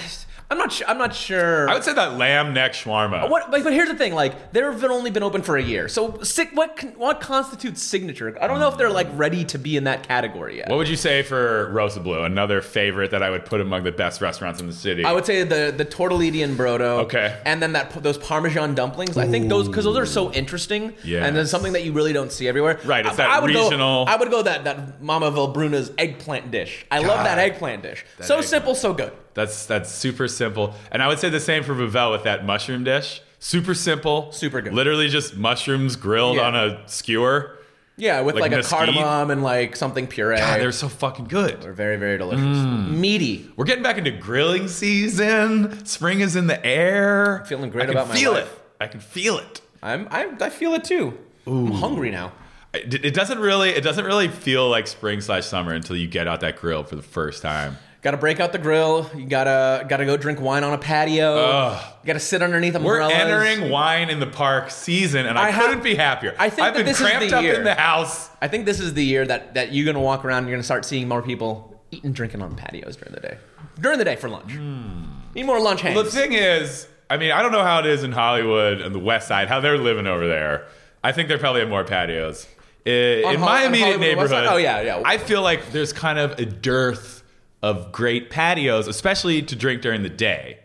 [SPEAKER 2] I'm not, su- I'm not sure.
[SPEAKER 1] I would say that lamb neck shawarma.
[SPEAKER 2] What, but, but here's the thing: like they've been only been open for a year, so sig- what con- what constitutes signature? I don't know if they're like ready to be in that category yet.
[SPEAKER 1] What would you say for Rosa Blue? Another favorite that I would put among the best restaurants in the city.
[SPEAKER 2] I would say the the tortellini and brodo.
[SPEAKER 1] Okay.
[SPEAKER 2] And then that those parmesan dumplings. I think those because those are so interesting.
[SPEAKER 1] Yes.
[SPEAKER 2] And then something that you really don't see everywhere.
[SPEAKER 1] Right, it's
[SPEAKER 2] I-
[SPEAKER 1] that
[SPEAKER 2] I would
[SPEAKER 1] regional-
[SPEAKER 2] Go, I would go that that Mama Valbruna's eggplant dish. I love
[SPEAKER 1] God.
[SPEAKER 2] that eggplant dish. so
[SPEAKER 1] eggplant.
[SPEAKER 2] simple, so good.
[SPEAKER 1] that's that's super simple, and I would say the same for Vivel with that mushroom dish. Super simple,
[SPEAKER 2] Super good.
[SPEAKER 1] Literally just mushrooms grilled
[SPEAKER 2] Yeah.
[SPEAKER 1] on a skewer.
[SPEAKER 2] Yeah, with
[SPEAKER 1] Like
[SPEAKER 2] like, a
[SPEAKER 1] mesquite?
[SPEAKER 2] cardamom and like something puree.
[SPEAKER 1] God, they're Mm. so fucking good.
[SPEAKER 2] They're very very delicious. Meaty.
[SPEAKER 1] We're getting back into grilling season. Spring is in the air.
[SPEAKER 2] Feeling great
[SPEAKER 1] I can
[SPEAKER 2] about my
[SPEAKER 1] feel
[SPEAKER 2] life.
[SPEAKER 1] it. I can feel it.
[SPEAKER 2] I'm I, I feel it too. I'm hungry now.
[SPEAKER 1] It it doesn't really. It doesn't really feel like spring slash summer until you get out that grill for the first time.
[SPEAKER 2] Got to break out the grill. You gotta gotta go drink wine on a patio.
[SPEAKER 1] Ugh.
[SPEAKER 2] You gotta sit underneath
[SPEAKER 1] We're
[SPEAKER 2] umbrellas.
[SPEAKER 1] entering wine in the park season, and I,
[SPEAKER 2] I have-
[SPEAKER 1] couldn't be happier.
[SPEAKER 2] I think
[SPEAKER 1] I've
[SPEAKER 2] that
[SPEAKER 1] been
[SPEAKER 2] this is
[SPEAKER 1] cramped
[SPEAKER 2] the
[SPEAKER 1] up
[SPEAKER 2] year.
[SPEAKER 1] in the house.
[SPEAKER 2] I think this is the year that, that you're gonna walk around. and You're gonna start seeing more people eating, drinking on patios during the day. During the day for lunch.
[SPEAKER 1] Hmm.
[SPEAKER 2] Need more lunch hangs.
[SPEAKER 1] The thing is, I mean, I don't know how it is in Hollywood and the West Side, how they're living over there. I think they probably have more patios. I-
[SPEAKER 2] On
[SPEAKER 1] in
[SPEAKER 2] Hol-
[SPEAKER 1] my
[SPEAKER 2] on
[SPEAKER 1] immediate
[SPEAKER 2] Hollywood West Side?
[SPEAKER 1] neighborhood,
[SPEAKER 2] Oh, yeah, yeah.
[SPEAKER 1] I feel like there's kind of a dearth of great patios, especially to drink during the day.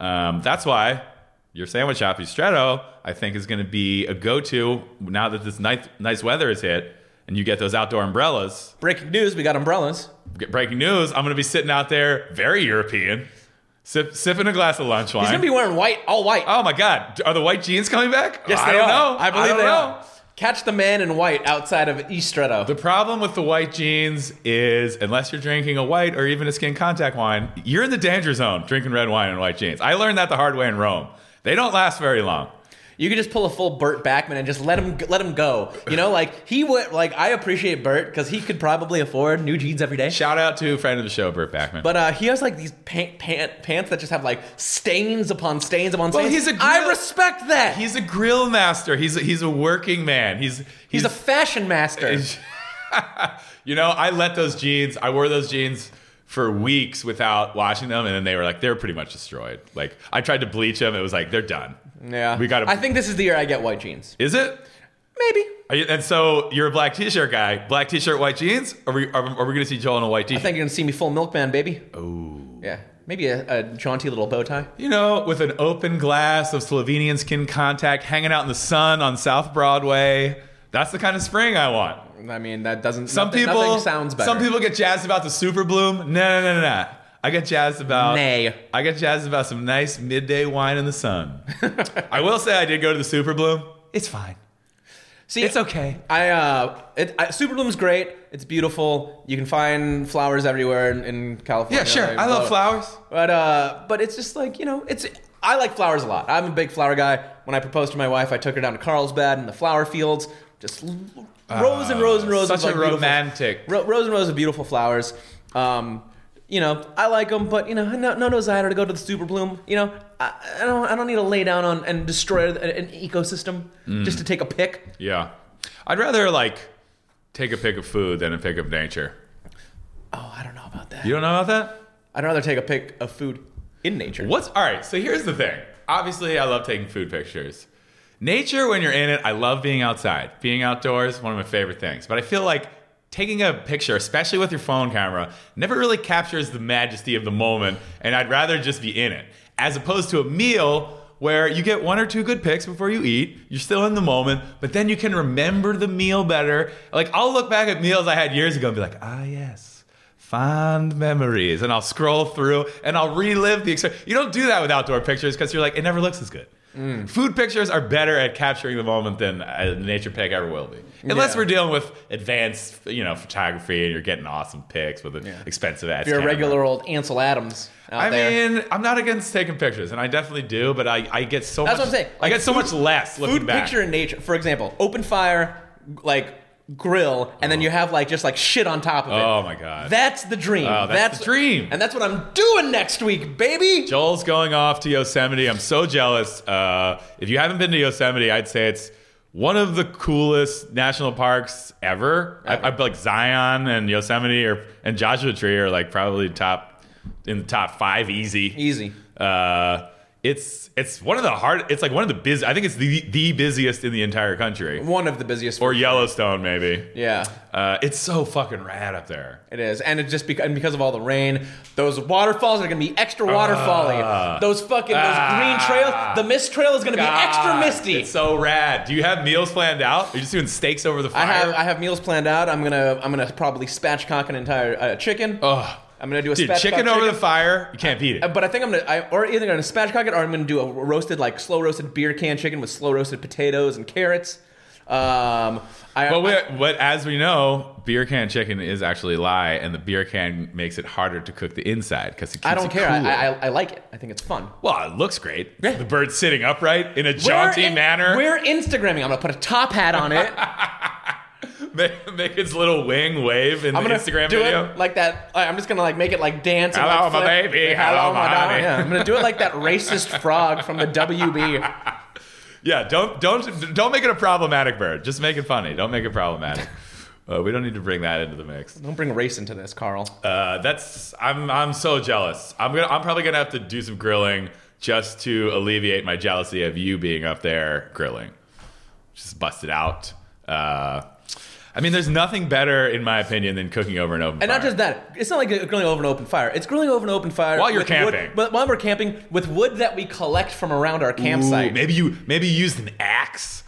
[SPEAKER 1] Um, that's why your sandwich shop, Estretto, I think is going to be a go-to now that this nice, nice weather is hit. and you get those outdoor umbrellas.
[SPEAKER 2] Breaking news: We got umbrellas.
[SPEAKER 1] Get- Breaking news, I'm going to be sitting out there very European, sip, sipping a glass of lunch wine.
[SPEAKER 2] He's gonna be wearing white, all white.
[SPEAKER 1] oh my God, are the white jeans coming back?
[SPEAKER 2] Yes,
[SPEAKER 1] I
[SPEAKER 2] they
[SPEAKER 1] don't
[SPEAKER 2] are.
[SPEAKER 1] know.
[SPEAKER 2] I believe
[SPEAKER 1] don't
[SPEAKER 2] they
[SPEAKER 1] know.
[SPEAKER 2] are. Catch the man in white outside of Estretto.
[SPEAKER 1] The problem with the white jeans is, unless you're drinking a white or even a skin contact wine, you're in the danger zone drinking red wine and white jeans. I learned that the hard way in Rome. They don't last very long.
[SPEAKER 2] You could just pull a full Burt Backman and just let him let him go. You know, like he would. Like I appreciate Burt because he could probably afford new jeans every day.
[SPEAKER 1] Shout out to a friend of the show, Burt Backman.
[SPEAKER 2] But uh, he has like these pant, pant, pants that just have like stains upon stains upon
[SPEAKER 1] Well,
[SPEAKER 2] stains.
[SPEAKER 1] he's a grill-
[SPEAKER 2] I respect that. He's,
[SPEAKER 1] he's a grill master. He's a, he's a working man. He's
[SPEAKER 2] a fashion master.
[SPEAKER 1] you know, I let those jeans. I wore those jeans for weeks without washing them, and then they were like they're pretty much destroyed. Like I tried to bleach them. It was like they're done.
[SPEAKER 2] yeah,
[SPEAKER 1] we gotta-
[SPEAKER 2] I think this is the year I get white jeans.
[SPEAKER 1] Is it?
[SPEAKER 2] Maybe.
[SPEAKER 1] Are you, and so you're a black t-shirt guy. Black t-shirt, white jeans. Are we are, are we gonna see Joel in a white
[SPEAKER 2] I
[SPEAKER 1] t-shirt?
[SPEAKER 2] think you're gonna see me full milkman, baby. Oh. Yeah. Maybe a, a jaunty little bow tie.
[SPEAKER 1] you know, with an open glass of Slovenian skin contact, hanging out in the sun on South Broadway. That's the kind of spring I want.
[SPEAKER 2] I mean, that doesn't.
[SPEAKER 1] Some
[SPEAKER 2] nothing,
[SPEAKER 1] people
[SPEAKER 2] nothing sounds better.
[SPEAKER 1] Some people get jazzed about the super bloom. No, no, no, no, no. I get jazzed about.
[SPEAKER 2] Nay.
[SPEAKER 1] I get jazzed about some nice midday wine in the sun. I will say I did go to the super bloom. It's fine.
[SPEAKER 2] See,
[SPEAKER 1] It's okay.
[SPEAKER 2] I uh, it I, Super Bloom's great. It's beautiful. You can find flowers everywhere in, in California.
[SPEAKER 1] Yeah, sure.
[SPEAKER 2] Like,
[SPEAKER 1] I love
[SPEAKER 2] blah, blah.
[SPEAKER 1] flowers.
[SPEAKER 2] But uh, but it's just like you know, it's I like flowers a lot. I'm a big flower guy. When I proposed to my wife, I took her down to Carlsbad in the flower fields. Just l- rows and rows and rows
[SPEAKER 1] Ah, Such
[SPEAKER 2] of like
[SPEAKER 1] a
[SPEAKER 2] beautiful-
[SPEAKER 1] romantic.
[SPEAKER 2] ro- rows and rows of beautiful flowers. Um, you know, I like them, but you know, no, no desire to go to the super bloom. You know, I, I don't, I don't need to lay down on and destroy an, an ecosystem
[SPEAKER 1] Mm.
[SPEAKER 2] just to take a pick.
[SPEAKER 1] Yeah. I'd rather like take a pick of food than a pick of nature.
[SPEAKER 2] Oh, I don't know about that.
[SPEAKER 1] You don't know about that?
[SPEAKER 2] I'd rather take a pic of food in nature.
[SPEAKER 1] What's all right? So here's the thing. Obviously, I love taking food pictures. Nature, when you're in it, I love being outside. Being outdoors, one of my favorite things. But I feel like taking a picture, especially with your phone camera, never really captures the majesty of the moment, and I'd rather just be in it. As opposed to a meal where you get one or two good pics before you eat, you're still in the moment, but then you can remember the meal better. Like, I'll look back at meals I had years ago and be like, ah, yes fond memories and i'll scroll through and i'll relive the experience you don't do that with outdoor pictures because you're like it never looks as good
[SPEAKER 2] Mm.
[SPEAKER 1] food pictures are better at capturing the moment than a nature pic ever will be unless
[SPEAKER 2] Yeah.
[SPEAKER 1] we're dealing with advanced you know photography and you're getting awesome pics with an expensive ass
[SPEAKER 2] If you're a
[SPEAKER 1] camera.
[SPEAKER 2] regular old Ansel Adams out
[SPEAKER 1] I
[SPEAKER 2] there.
[SPEAKER 1] mean, I'm not against taking pictures, and I definitely do, but I, I get so
[SPEAKER 2] That's
[SPEAKER 1] much
[SPEAKER 2] what I'm saying.
[SPEAKER 1] I
[SPEAKER 2] Like,
[SPEAKER 1] get so much less looking
[SPEAKER 2] food
[SPEAKER 1] back.
[SPEAKER 2] picture in nature. For example, open fire, like grill, and then you have like just like shit on top of it.
[SPEAKER 1] Uh-huh. Oh my God.
[SPEAKER 2] That's the dream.
[SPEAKER 1] Oh, that's the dream.
[SPEAKER 2] And that's what I'm doing next week, baby.
[SPEAKER 1] Joel's going off to Yosemite. I'm so jealous. Uh, if you haven't been to Yosemite, I'd say it's one of the coolest national parks ever. I, I like Zion and Yosemite or and Joshua Tree are like probably top in the top five easy.
[SPEAKER 2] Easy.
[SPEAKER 1] Uh, it's it's one of the hard. It's like one of the busy. I think it's the the busiest in the entire country.
[SPEAKER 2] One of the busiest.
[SPEAKER 1] Or Yellowstone, maybe.
[SPEAKER 2] yeah.
[SPEAKER 1] Uh, it's so fucking rad up there.
[SPEAKER 2] It is, and it just beca- and because of all the rain, those waterfalls are gonna be extra waterfally. those fucking those
[SPEAKER 1] Ah.
[SPEAKER 2] green trails, the mist trail is gonna be extra
[SPEAKER 1] God,
[SPEAKER 2] misty.
[SPEAKER 1] It's so rad. Do you have meals planned out? Are you just doing steaks over the
[SPEAKER 2] I
[SPEAKER 1] fire?
[SPEAKER 2] have I have meals planned out. I'm gonna I'm gonna probably spatchcock an entire uh, chicken.
[SPEAKER 1] Ugh.
[SPEAKER 2] I'm gonna do a
[SPEAKER 1] Oh. Dude,
[SPEAKER 2] spatchcock
[SPEAKER 1] chicken over the fire, you can't beat it.
[SPEAKER 2] Uh, But I think I'm gonna I, or either gonna spatchcock it or I'm gonna do a roasted like slow roasted beer can chicken with slow roasted potatoes and carrots. Um, I,
[SPEAKER 1] But, we, but as we know, beer can chicken is actually a lie, and the beer can makes it harder to cook the inside because it keeps
[SPEAKER 2] I, I don't
[SPEAKER 1] it
[SPEAKER 2] care.
[SPEAKER 1] cooler.
[SPEAKER 2] I, I I like it. I think it's fun.
[SPEAKER 1] well, it looks great.
[SPEAKER 2] Yeah.
[SPEAKER 1] The bird's sitting upright in a
[SPEAKER 2] We're
[SPEAKER 1] jaunty
[SPEAKER 2] in-
[SPEAKER 1] manner.
[SPEAKER 2] We're Instagramming. I'm gonna put a top hat on it.
[SPEAKER 1] Make, make its little wing wave in
[SPEAKER 2] I'm
[SPEAKER 1] the
[SPEAKER 2] gonna
[SPEAKER 1] Instagram
[SPEAKER 2] do
[SPEAKER 1] video.
[SPEAKER 2] it like that. I- I'm just gonna like make it like dance. and,
[SPEAKER 1] Hello,
[SPEAKER 2] like,
[SPEAKER 1] my
[SPEAKER 2] flip.
[SPEAKER 1] baby.
[SPEAKER 2] Like,
[SPEAKER 1] Hello, my
[SPEAKER 2] darling.
[SPEAKER 1] honey.
[SPEAKER 2] Yeah, I'm gonna do it like that racist frog from the WB.
[SPEAKER 1] yeah, don't don't don't make it a problematic bird. Just make it funny. Don't make it problematic. uh, we don't need to bring that into the mix.
[SPEAKER 2] Don't bring race into this, Carl.
[SPEAKER 1] Uh, that's I'm I'm so jealous. I'm gonna I'm probably gonna have to do some grilling just to alleviate my jealousy of you being up there grilling. Just bust it out. Uh, I mean, there's nothing better, in my opinion, than cooking over an open
[SPEAKER 2] And
[SPEAKER 1] fire.
[SPEAKER 2] not just that, it's not like grilling over an open fire. It's grilling over an open fire
[SPEAKER 1] While you're
[SPEAKER 2] with wood-
[SPEAKER 1] camping.
[SPEAKER 2] but while we're camping with wood that we collect from around our
[SPEAKER 1] Ooh,
[SPEAKER 2] campsite.
[SPEAKER 1] maybe you maybe you used an axe.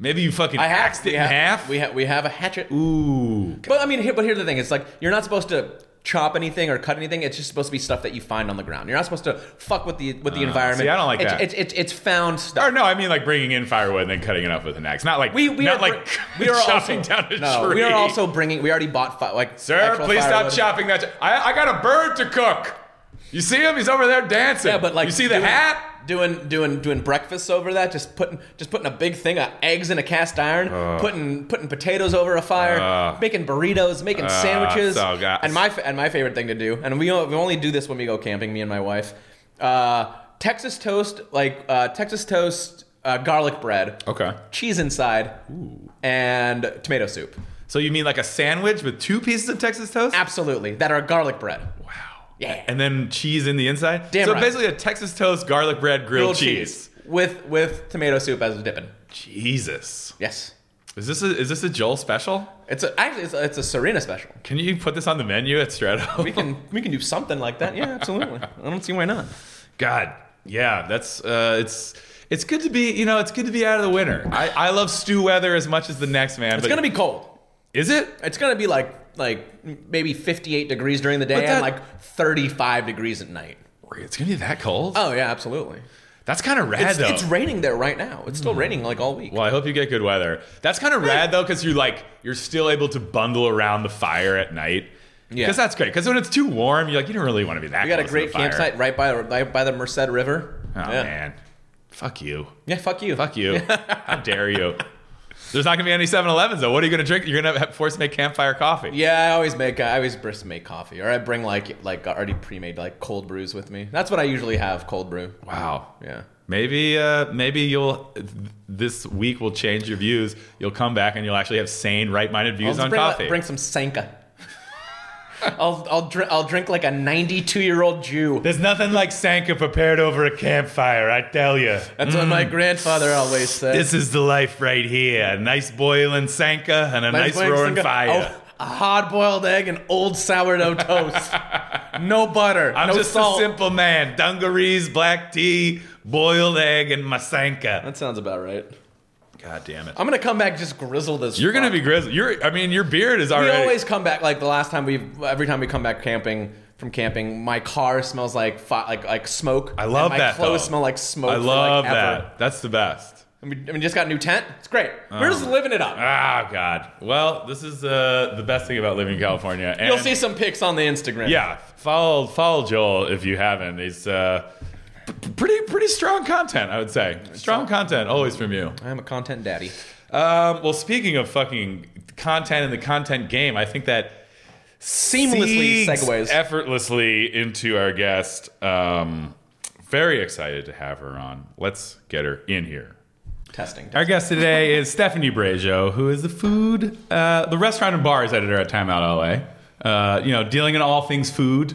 [SPEAKER 1] Maybe you fucking
[SPEAKER 2] I have,
[SPEAKER 1] axed
[SPEAKER 2] we
[SPEAKER 1] it in
[SPEAKER 2] have,
[SPEAKER 1] half.
[SPEAKER 2] We have we have a hatchet.
[SPEAKER 1] Ooh.
[SPEAKER 2] But I mean, here, but here's the thing: it's like you're not supposed to chop anything or cut anything. It's just supposed to be stuff that you find on the ground. You're not supposed to fuck with the with the environment.
[SPEAKER 1] Oh, see, I don't like
[SPEAKER 2] it's,
[SPEAKER 1] that.
[SPEAKER 2] It's, it's it's found stuff.
[SPEAKER 1] Or no, I mean like bringing in firewood and then cutting it up with an axe. Not like
[SPEAKER 2] We we
[SPEAKER 1] not
[SPEAKER 2] are,
[SPEAKER 1] like
[SPEAKER 2] we are
[SPEAKER 1] chopping
[SPEAKER 2] also,
[SPEAKER 1] down a
[SPEAKER 2] no,
[SPEAKER 1] tree.
[SPEAKER 2] We are also bringing. We already bought fi- like
[SPEAKER 1] Sir,
[SPEAKER 2] actual
[SPEAKER 1] please stop
[SPEAKER 2] firewood.
[SPEAKER 1] chopping that. I, I got a bird to cook. You see him? He's over there dancing.
[SPEAKER 2] Yeah, but like
[SPEAKER 1] you see the
[SPEAKER 2] doing-
[SPEAKER 1] hat?
[SPEAKER 2] doing doing doing breakfasts over that, just putting just putting a big thing of eggs in a cast iron,
[SPEAKER 1] Uh.
[SPEAKER 2] putting putting potatoes over a fire,
[SPEAKER 1] Ugh.
[SPEAKER 2] making burritos, making sandwiches.
[SPEAKER 1] Uh. Ah, so good.
[SPEAKER 2] and my fa- and my favorite thing to do, and we o- we only do this when we go camping, me and my wife. Uh, Texas toast, like uh, Texas toast, uh, garlic bread,
[SPEAKER 1] Okay.
[SPEAKER 2] cheese inside, and tomato soup.
[SPEAKER 1] So you mean like a sandwich with two pieces of Texas toast?
[SPEAKER 2] Absolutely, that are garlic bread.
[SPEAKER 1] wow.
[SPEAKER 2] Yeah.
[SPEAKER 1] And then cheese in the inside.
[SPEAKER 2] Damn
[SPEAKER 1] so
[SPEAKER 2] right.
[SPEAKER 1] basically a Texas toast, garlic bread, grilled,
[SPEAKER 2] Grilled
[SPEAKER 1] cheese.
[SPEAKER 2] with with tomato soup as a dipping.
[SPEAKER 1] Jesus.
[SPEAKER 2] Yes.
[SPEAKER 1] Is this a, is this a Joel special?
[SPEAKER 2] It's a, actually it's a, it's a Serena special.
[SPEAKER 1] Can you put this on the menu at Strato?
[SPEAKER 2] We can we can do something like that. Yeah, absolutely. I don't see why not.
[SPEAKER 1] God, yeah, that's uh, it's it's good to be you know it's good to be out of the winter. I, I love stew weather as much as the next man.
[SPEAKER 2] It's gonna be cold.
[SPEAKER 1] is it?
[SPEAKER 2] It's gonna be like like maybe 58 degrees during the day
[SPEAKER 1] But that-
[SPEAKER 2] and like 35 degrees at night.
[SPEAKER 1] It's gonna be that cold.
[SPEAKER 2] Oh yeah, absolutely.
[SPEAKER 1] that's kind of rad
[SPEAKER 2] It's,
[SPEAKER 1] though.
[SPEAKER 2] it's raining there right now. It's still raining like all week.
[SPEAKER 1] Hmm. well, I hope you get good weather. That's kind of rad though, because you're like you're still able to bundle around the fire at night.
[SPEAKER 2] Yeah.
[SPEAKER 1] because that's great. Because when it's too warm, you're like you don't really want to be that.
[SPEAKER 2] We got a
[SPEAKER 1] close to
[SPEAKER 2] great
[SPEAKER 1] the fire.
[SPEAKER 2] campsite right by right by the Merced River.
[SPEAKER 1] Oh
[SPEAKER 2] yeah.
[SPEAKER 1] man, fuck you,
[SPEAKER 2] Yeah, fuck you.
[SPEAKER 1] fuck you. How dare you? There's not gonna be any 7-Elevens though. What are you gonna drink? You're gonna have forced to make campfire coffee.
[SPEAKER 2] Yeah, I always make I always brisk make coffee or I bring like like already pre-made like cold brews with me. That's what I usually have, cold brew.
[SPEAKER 1] Wow.
[SPEAKER 2] Yeah.
[SPEAKER 1] Maybe uh, maybe you'll th- this week will change your views. You'll come back and you'll actually have sane, right-minded
[SPEAKER 2] I'll
[SPEAKER 1] views
[SPEAKER 2] just
[SPEAKER 1] on
[SPEAKER 2] bring,
[SPEAKER 1] coffee.
[SPEAKER 2] Bring some Sanka. I'll I'll drink I'll drink like a 92 year old Jew.
[SPEAKER 1] There's nothing like Sanka prepared over a campfire, I tell you.
[SPEAKER 2] That's what my grandfather always said.
[SPEAKER 1] Mm. This is the life right here. A nice boiling Sanka and a nice,
[SPEAKER 2] boiled
[SPEAKER 1] roaring
[SPEAKER 2] Sanka.
[SPEAKER 1] fire.
[SPEAKER 2] Oh, a hard boiled egg and old sourdough toast. no butter.
[SPEAKER 1] I'm
[SPEAKER 2] no
[SPEAKER 1] just
[SPEAKER 2] salt.
[SPEAKER 1] a simple man. Dungarees, black tea, boiled egg, and my Sanka.
[SPEAKER 2] that sounds about right.
[SPEAKER 1] God damn it.
[SPEAKER 2] I'm gonna come back just grizzled as
[SPEAKER 1] You're going to
[SPEAKER 2] fuck.
[SPEAKER 1] be grizzled. You're, I mean, your beard is
[SPEAKER 2] We
[SPEAKER 1] already.
[SPEAKER 2] always come back like the last time we every time we come back camping from camping, my car smells like fi- like like smoke.
[SPEAKER 1] I love
[SPEAKER 2] and my
[SPEAKER 1] that,
[SPEAKER 2] clothes
[SPEAKER 1] though.
[SPEAKER 2] smell like smoke.
[SPEAKER 1] I
[SPEAKER 2] for, like,
[SPEAKER 1] love
[SPEAKER 2] ever.
[SPEAKER 1] that. Oh. That's the best.
[SPEAKER 2] And we, and we just got a new tent. It's great. We're just living it up.
[SPEAKER 1] Ah, God. Well, this is uh, the best thing about living in California. And
[SPEAKER 2] You'll see some pics on the Instagram.
[SPEAKER 1] Yeah, follow follow Joel if you haven't. He's uh, p- p- pretty pretty strong content, I would say. Strong content always from you.
[SPEAKER 2] I'm a content daddy.
[SPEAKER 1] Um, well, speaking of fucking content and the content game, I think that
[SPEAKER 2] Seamlessly
[SPEAKER 1] segues
[SPEAKER 2] segues.
[SPEAKER 1] effortlessly into our guest. Um, very excited to have her on. Let's get her in here.
[SPEAKER 2] testing.
[SPEAKER 1] Our guest today is Stephanie Brejo, who is the food, uh, the restaurant and bars editor at Time Out LA. Uh, you know, dealing in all things food.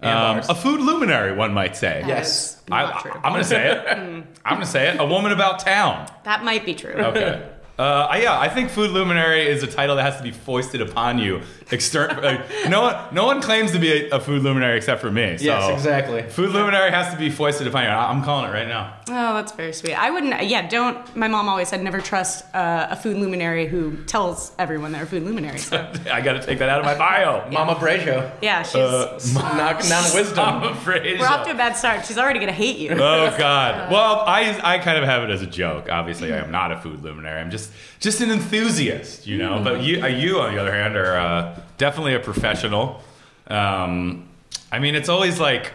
[SPEAKER 1] Um,
[SPEAKER 2] bars.
[SPEAKER 1] a food luminary, one might say.
[SPEAKER 2] Yes.
[SPEAKER 3] That's
[SPEAKER 1] I,
[SPEAKER 3] Not true. Mm.
[SPEAKER 1] am going to say it. I'm going to say it. A woman about town.
[SPEAKER 3] that might be true.
[SPEAKER 1] Okay. Uh, yeah, I think food luminary is a title that has to be foisted upon you. Exter- like, no one, no one claims to be a, a food luminary except for me. So
[SPEAKER 2] Yes, exactly.
[SPEAKER 1] Food luminary has to be foisted upon you. I- I'm calling it right now.
[SPEAKER 3] Oh, that's very sweet. I wouldn't. Yeah, don't. My mom always said never trust uh, a food luminary who tells everyone they're a food luminary. So
[SPEAKER 1] I got to take that out of my bio.
[SPEAKER 2] Mama Brejo.
[SPEAKER 3] yeah, she's.
[SPEAKER 1] Uh,
[SPEAKER 2] Not, not wisdom.
[SPEAKER 1] I'm afraid.
[SPEAKER 3] we're off to a bad start. She's already gonna hate you.
[SPEAKER 1] Oh God! Well, I I kind of have it as a joke. Obviously, I am not a food luminary. I'm just just an enthusiast, you know. But you uh, you on the other hand are uh, definitely a professional. Um, I mean, it's always like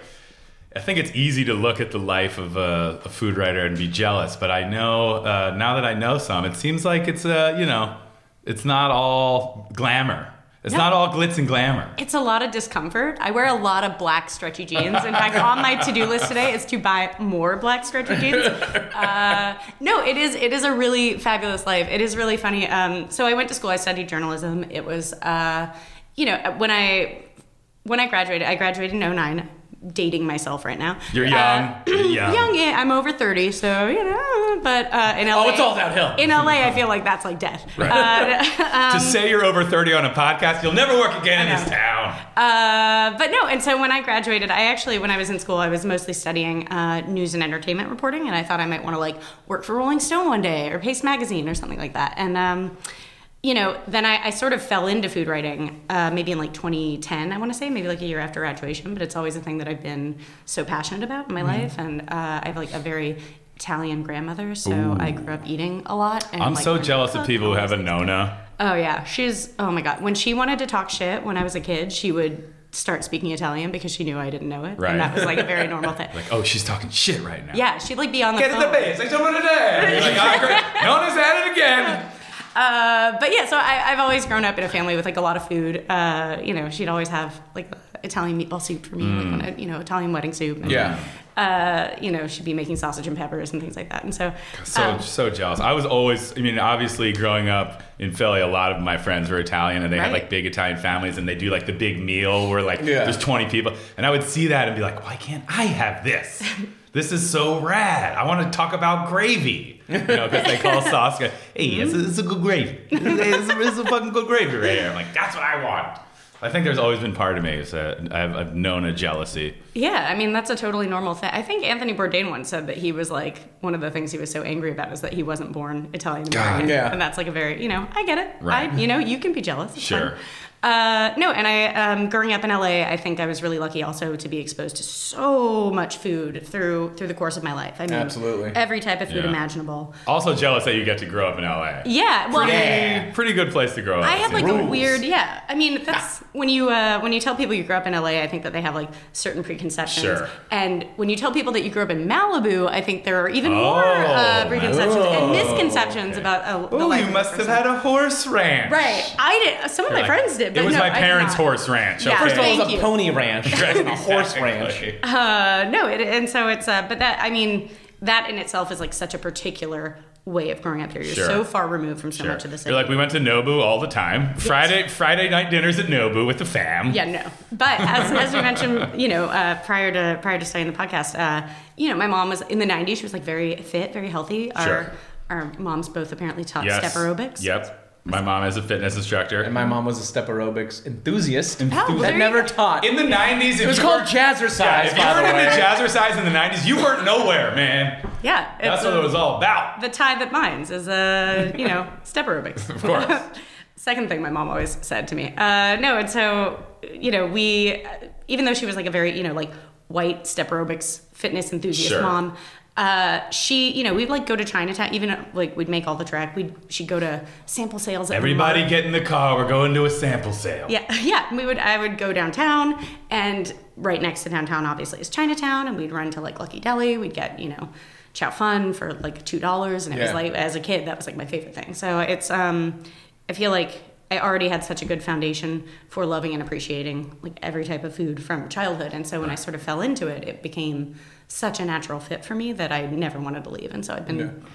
[SPEAKER 1] I think it's easy to look at the life of a, a food writer and be jealous. But I know uh, now that I know some, it seems like it's uh, you know it's not all glamour. It's
[SPEAKER 3] No.
[SPEAKER 1] not all glitz and glamour.
[SPEAKER 3] It's a lot of discomfort. I wear a lot of black stretchy jeans. In fact, on my to-do list today is to buy more black stretchy jeans. Uh, no, it is it is a really fabulous life. It is really funny. Um, so I went to school. I studied journalism. It was, uh, you know, when I when I graduated, I graduated in 09. Dating myself right now.
[SPEAKER 1] You're
[SPEAKER 3] Uh,
[SPEAKER 1] young. You're young.
[SPEAKER 3] young. yeah, I'm over 30, so you know. But uh, in LA,
[SPEAKER 1] Oh,
[SPEAKER 2] it's all downhill.
[SPEAKER 3] In LA, I feel like that's like death.
[SPEAKER 1] Right.
[SPEAKER 3] Uh,
[SPEAKER 1] to say you're over 30 on a podcast, you'll never work again in
[SPEAKER 3] I
[SPEAKER 1] this
[SPEAKER 3] know.
[SPEAKER 1] town.
[SPEAKER 3] Uh, but no, and so when I graduated, I actually, when I was in school, I was mostly studying uh, news and entertainment reporting, and I thought I might want to like work for Rolling Stone one day or Pace Magazine or something like that. And, um, you know, then I, I sort of fell into food writing uh, maybe in like 2010, I want to say, maybe like a year after graduation, but it's always a thing that I've been so passionate about in my
[SPEAKER 1] Mm-hmm.
[SPEAKER 3] life. And uh, I have like a very Italian grandmother, so I grew up eating a lot. And,
[SPEAKER 1] I'm
[SPEAKER 3] like,
[SPEAKER 1] so
[SPEAKER 3] learned to
[SPEAKER 1] jealous of
[SPEAKER 3] cook
[SPEAKER 1] people who
[SPEAKER 3] and all
[SPEAKER 1] have a
[SPEAKER 3] those things.
[SPEAKER 1] Nona.
[SPEAKER 3] Oh yeah, she's oh my god. When she wanted to talk shit when I was a kid, she would start speaking Italian because she knew I didn't know it,
[SPEAKER 1] Right.
[SPEAKER 3] and that was like a very normal thing.
[SPEAKER 1] Like, oh, she's talking shit right now.
[SPEAKER 3] yeah, she'd like be on the
[SPEAKER 1] Get in
[SPEAKER 3] phone.
[SPEAKER 1] the base. I told her today. You're Like, oh, great. Nona's at it again.
[SPEAKER 3] Uh, but yeah, so I, I've always grown up in a family with like a lot of food. Uh, you know, she'd always have like Italian meatball soup for me,
[SPEAKER 1] Mm.
[SPEAKER 3] like when I, you know Italian wedding soup. And,
[SPEAKER 2] Yeah.
[SPEAKER 3] Uh, you know, she'd be making sausage and peppers and things like that, and so.
[SPEAKER 1] So
[SPEAKER 3] um,
[SPEAKER 1] so jealous. I was always. I mean, obviously, growing up in Philly, a lot of my friends were Italian, and they had
[SPEAKER 3] Right.
[SPEAKER 1] like big Italian families, and they do like the big meal where like
[SPEAKER 2] Yeah.
[SPEAKER 1] there's 20 people, and I would see that and be like, why can't I have this? This is so rad. I want to talk about gravy. You know, because they call sauce. Hey, it's, a, it's a good gravy. It's a, it's a fucking good gravy right here. I'm like, that's what I want. I think there's always been part of me is that I've, I've known a jealousy.
[SPEAKER 3] Yeah, I mean that's a totally normal thing. I think Anthony Bourdain once said that he was like one of the things he was so angry about is that he wasn't born Italian American,
[SPEAKER 1] God.
[SPEAKER 2] Yeah.
[SPEAKER 3] and that's like a very you know I get it.
[SPEAKER 1] Right.
[SPEAKER 3] I, you know you can be jealous. It's
[SPEAKER 1] Sure.
[SPEAKER 3] fine. Uh, no, and I um, growing up in LA, I think I was really lucky also to be exposed to so much food through through the course of my life. I mean,
[SPEAKER 2] Absolutely.
[SPEAKER 3] every type of food
[SPEAKER 1] Yeah.
[SPEAKER 3] imaginable.
[SPEAKER 1] Also jealous that you get to grow up in LA.
[SPEAKER 3] Yeah, well,
[SPEAKER 1] Pretty, pretty good place to grow up.
[SPEAKER 3] I
[SPEAKER 1] it
[SPEAKER 3] have like
[SPEAKER 1] seems.
[SPEAKER 2] Rules.
[SPEAKER 3] a weird, yeah. I mean, that's when you uh, when you tell people you grew up in LA, I think that they have like certain preconceptions.
[SPEAKER 1] Sure.
[SPEAKER 3] And when you tell people that you grew up in Malibu, I think there are even more
[SPEAKER 1] Oh,
[SPEAKER 3] uh, preconceptions and
[SPEAKER 1] Malibu.
[SPEAKER 3] misconceptions
[SPEAKER 1] Okay.
[SPEAKER 3] about uh, the
[SPEAKER 1] Oh,
[SPEAKER 3] life
[SPEAKER 1] you
[SPEAKER 3] of a
[SPEAKER 1] must have
[SPEAKER 3] person.
[SPEAKER 1] had a horse ranch.
[SPEAKER 3] Right, I did. Some of my
[SPEAKER 1] Like,
[SPEAKER 3] friends did. But
[SPEAKER 1] it was
[SPEAKER 3] no,
[SPEAKER 1] my
[SPEAKER 3] I did
[SPEAKER 1] parents'
[SPEAKER 3] not.
[SPEAKER 1] horse ranch.
[SPEAKER 3] Yeah.
[SPEAKER 1] okay?
[SPEAKER 2] First of all, it was
[SPEAKER 3] Thank
[SPEAKER 2] a
[SPEAKER 3] you.
[SPEAKER 2] pony ranch, it wasn't a horse ranch.
[SPEAKER 1] Exactly.
[SPEAKER 3] Uh, no, it, and so it's uh, but that I mean that in itself is like such a particular way of growing up here. You're
[SPEAKER 1] Sure.
[SPEAKER 3] so far removed from so
[SPEAKER 1] Sure.
[SPEAKER 3] much of the city.
[SPEAKER 1] You're like we went to Nobu all the time. Friday Friday night dinners at Nobu with the fam.
[SPEAKER 3] Yeah, no. But as, as we mentioned, you know, uh, prior to prior to starting the podcast, uh, you know, my mom was in the '90s. She was like very fit, very healthy. Our
[SPEAKER 1] Sure.
[SPEAKER 3] our moms both apparently taught
[SPEAKER 1] Yes.
[SPEAKER 3] step aerobics.
[SPEAKER 1] Yep. My mom is a fitness instructor.
[SPEAKER 2] And my mom was a step aerobics enthusiast
[SPEAKER 3] well, there
[SPEAKER 2] that
[SPEAKER 3] you
[SPEAKER 2] never
[SPEAKER 3] go.
[SPEAKER 2] taught.
[SPEAKER 1] in the 90s,
[SPEAKER 2] it was called jazzercise,
[SPEAKER 1] If you
[SPEAKER 2] by
[SPEAKER 1] weren't
[SPEAKER 2] the way.
[SPEAKER 1] into jazzercise in the 90s, you weren't nowhere, man.
[SPEAKER 3] Yeah, it's,
[SPEAKER 1] That's what
[SPEAKER 3] uh,
[SPEAKER 1] it was all about.
[SPEAKER 3] The tie that binds is uh, you know, step aerobics.
[SPEAKER 1] Of course.
[SPEAKER 3] Second thing my mom always said to me. Uh, no, and so you know, we uh, even though she was like a very you know like white step aerobics fitness enthusiast
[SPEAKER 1] Sure.
[SPEAKER 3] mom, uh, she you know we'd like go to Chinatown. Even like we'd make all the track. We'd she'd go to sample sales. At
[SPEAKER 1] Everybody
[SPEAKER 3] Walmart.
[SPEAKER 1] get in the car. We're going to a sample sale.
[SPEAKER 3] Yeah, yeah. We would. I would go downtown, and right next to downtown, obviously, is Chinatown, and we'd run to like Lucky Deli. We'd get you know, chow fun for like two dollars, and it was
[SPEAKER 2] Yeah.
[SPEAKER 3] like as a kid, that was like my favorite thing. So it's. um I feel like I already had such a good foundation for loving and appreciating like every type of food from childhood, and so when I sort of fell into it, it became such a natural fit for me that I never wanted to leave, and so I've been.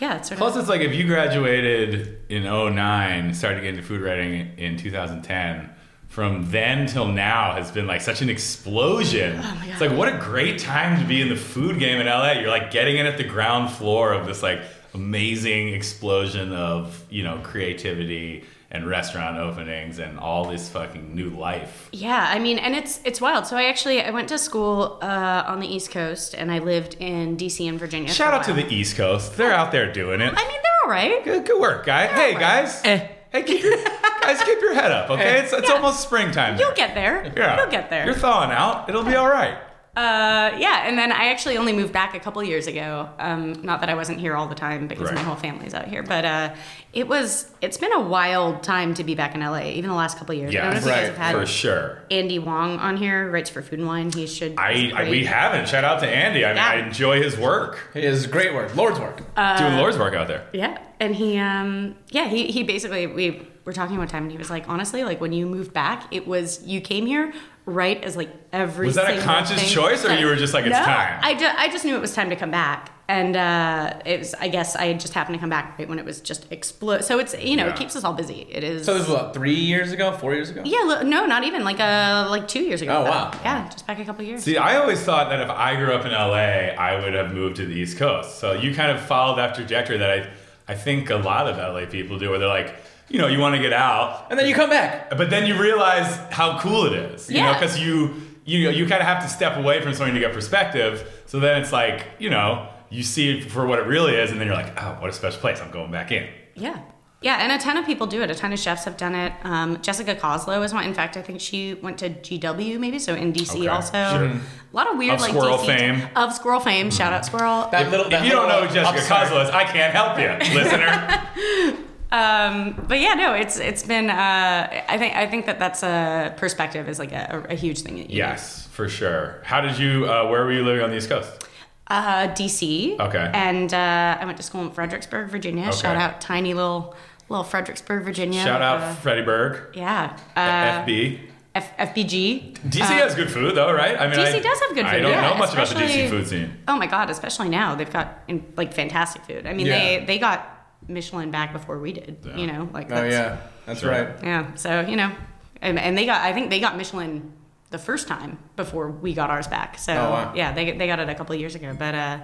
[SPEAKER 3] Yeah, it's sort
[SPEAKER 1] Plus,
[SPEAKER 3] of.
[SPEAKER 1] it's like if you graduated in 09, started getting into food writing in 2010, from then till now has been like such an explosion.
[SPEAKER 3] Oh my God.
[SPEAKER 1] It's like, what a great time to be in the food game in LA. You're like getting in at the ground floor of this like amazing explosion of, you know, creativity and restaurant openings and all this fucking new life.
[SPEAKER 3] Yeah, I mean, and it's it's wild. So I actually I went to school uh, on the East Coast, and I lived in D.C. and Virginia. for
[SPEAKER 1] Shout
[SPEAKER 3] a
[SPEAKER 1] out to
[SPEAKER 3] while.
[SPEAKER 1] the East Coast. They're out there doing it.
[SPEAKER 3] I mean, they're all right.
[SPEAKER 1] Good, good work, guys. Hey, guys. Hey, keep your, guys, keep your head up, okay? It's, it's
[SPEAKER 3] eh. Yeah.
[SPEAKER 1] almost springtime.
[SPEAKER 3] You'll get there.
[SPEAKER 1] Yeah.
[SPEAKER 3] You'll get there.
[SPEAKER 1] You're thawing out. It'll be all right.
[SPEAKER 3] Uh, yeah, and then I actually only moved back a couple years ago. Um, not that I wasn't here all the time because
[SPEAKER 1] Right.
[SPEAKER 3] my whole family's out here, but uh, it was it's been a wild time to be back in LA. Even the last couple years. I
[SPEAKER 1] Yeah,
[SPEAKER 3] don't know if you guys have had
[SPEAKER 1] for sure.
[SPEAKER 3] Andy Wong on here. Writes for Food and Wine. He should.
[SPEAKER 1] I,
[SPEAKER 3] he's
[SPEAKER 1] I
[SPEAKER 3] great.
[SPEAKER 1] we haven't. Shout out to Andy. I mean,
[SPEAKER 3] Yeah.
[SPEAKER 1] I enjoy his work,
[SPEAKER 2] It is great work, Lord's work.
[SPEAKER 3] Uh,
[SPEAKER 1] doing Lord's work out there.
[SPEAKER 3] Yeah, and he, um, yeah, he, he basically we were talking one time, and he was like, honestly, like when you moved back, it was you came here right as like every.
[SPEAKER 1] Was that a
[SPEAKER 3] single
[SPEAKER 1] conscious
[SPEAKER 3] thing-
[SPEAKER 1] choice, or you were just like, it's
[SPEAKER 3] no,
[SPEAKER 1] time?
[SPEAKER 3] I, ju- I just knew it was time to come back, and uh, it was. I guess I just happened to come back right when it was just explode. So it's you know
[SPEAKER 1] Yeah.
[SPEAKER 3] it keeps us all busy. It is.
[SPEAKER 2] so this was what, three years ago, four years ago?
[SPEAKER 3] yeah, li- no, not even like uh like two years ago.
[SPEAKER 2] Oh,
[SPEAKER 3] though.
[SPEAKER 2] wow.
[SPEAKER 3] Yeah, just back a couple years.
[SPEAKER 1] See, I always thought that if I grew up in LA, I would have moved to the East Coast. So you kind of followed that trajectory that I, I think a lot of LA people do, where they're like, you know, you want to get out,
[SPEAKER 2] and then you come back.
[SPEAKER 1] but then you realize how cool it is. You know,
[SPEAKER 3] Yeah.
[SPEAKER 1] because you you know, you kind of have to step away from something to get perspective. So then it's like you know you see it for what it really is, and then you're like, oh, what a special place! I'm going back in.
[SPEAKER 3] Yeah. Yeah, and a ton of people do it. A ton of chefs have done it. Um, Jessica Coslow is one. In fact, I think she went to GW maybe, so in DC
[SPEAKER 1] Okay,
[SPEAKER 3] also.
[SPEAKER 1] sure.
[SPEAKER 3] A lot of weird
[SPEAKER 1] Of
[SPEAKER 3] like
[SPEAKER 1] squirrel
[SPEAKER 3] DC
[SPEAKER 1] fame. Mm-hmm.
[SPEAKER 3] of squirrel fame. Shout out squirrel.
[SPEAKER 2] That little.
[SPEAKER 1] If you don't know who Jessica Kozlo is, I can't help you, listener.
[SPEAKER 3] Um, but yeah, no, it's it's been. Uh, I think I think that that's a perspective is like a, a huge thing. That you
[SPEAKER 1] yes, for sure. How did you? Uh, where were you living on the East Coast?
[SPEAKER 3] Uh, DC.
[SPEAKER 1] Okay.
[SPEAKER 3] And uh, I went to school in Fredericksburg, Virginia.
[SPEAKER 1] Okay.
[SPEAKER 3] Shout out tiny little little Fredericksburg, Virginia.
[SPEAKER 1] Shout out
[SPEAKER 3] Uh,
[SPEAKER 1] Freddie Berg,
[SPEAKER 3] yeah. Uh,
[SPEAKER 1] FB.
[SPEAKER 3] F- FBG.
[SPEAKER 1] DC has good food though, right? I mean,
[SPEAKER 3] DC
[SPEAKER 1] I-
[SPEAKER 3] does have good
[SPEAKER 1] I
[SPEAKER 3] food,
[SPEAKER 1] don't
[SPEAKER 3] yeah,
[SPEAKER 1] know much about the DC
[SPEAKER 3] especially-
[SPEAKER 1] food scene.
[SPEAKER 3] Oh my god! Especially now, they've got in, like fantastic food. I mean,
[SPEAKER 2] Yeah.
[SPEAKER 3] they they got Michelin back before we did.
[SPEAKER 1] Yeah.
[SPEAKER 3] You know, like
[SPEAKER 2] Oh yeah, that's
[SPEAKER 1] Sure.
[SPEAKER 2] right.
[SPEAKER 3] yeah. So you know, and, and they got I think they got Michelin the first time before we got ours back. So
[SPEAKER 2] Oh, wow.
[SPEAKER 3] yeah, they they got it a couple of years ago, but. uh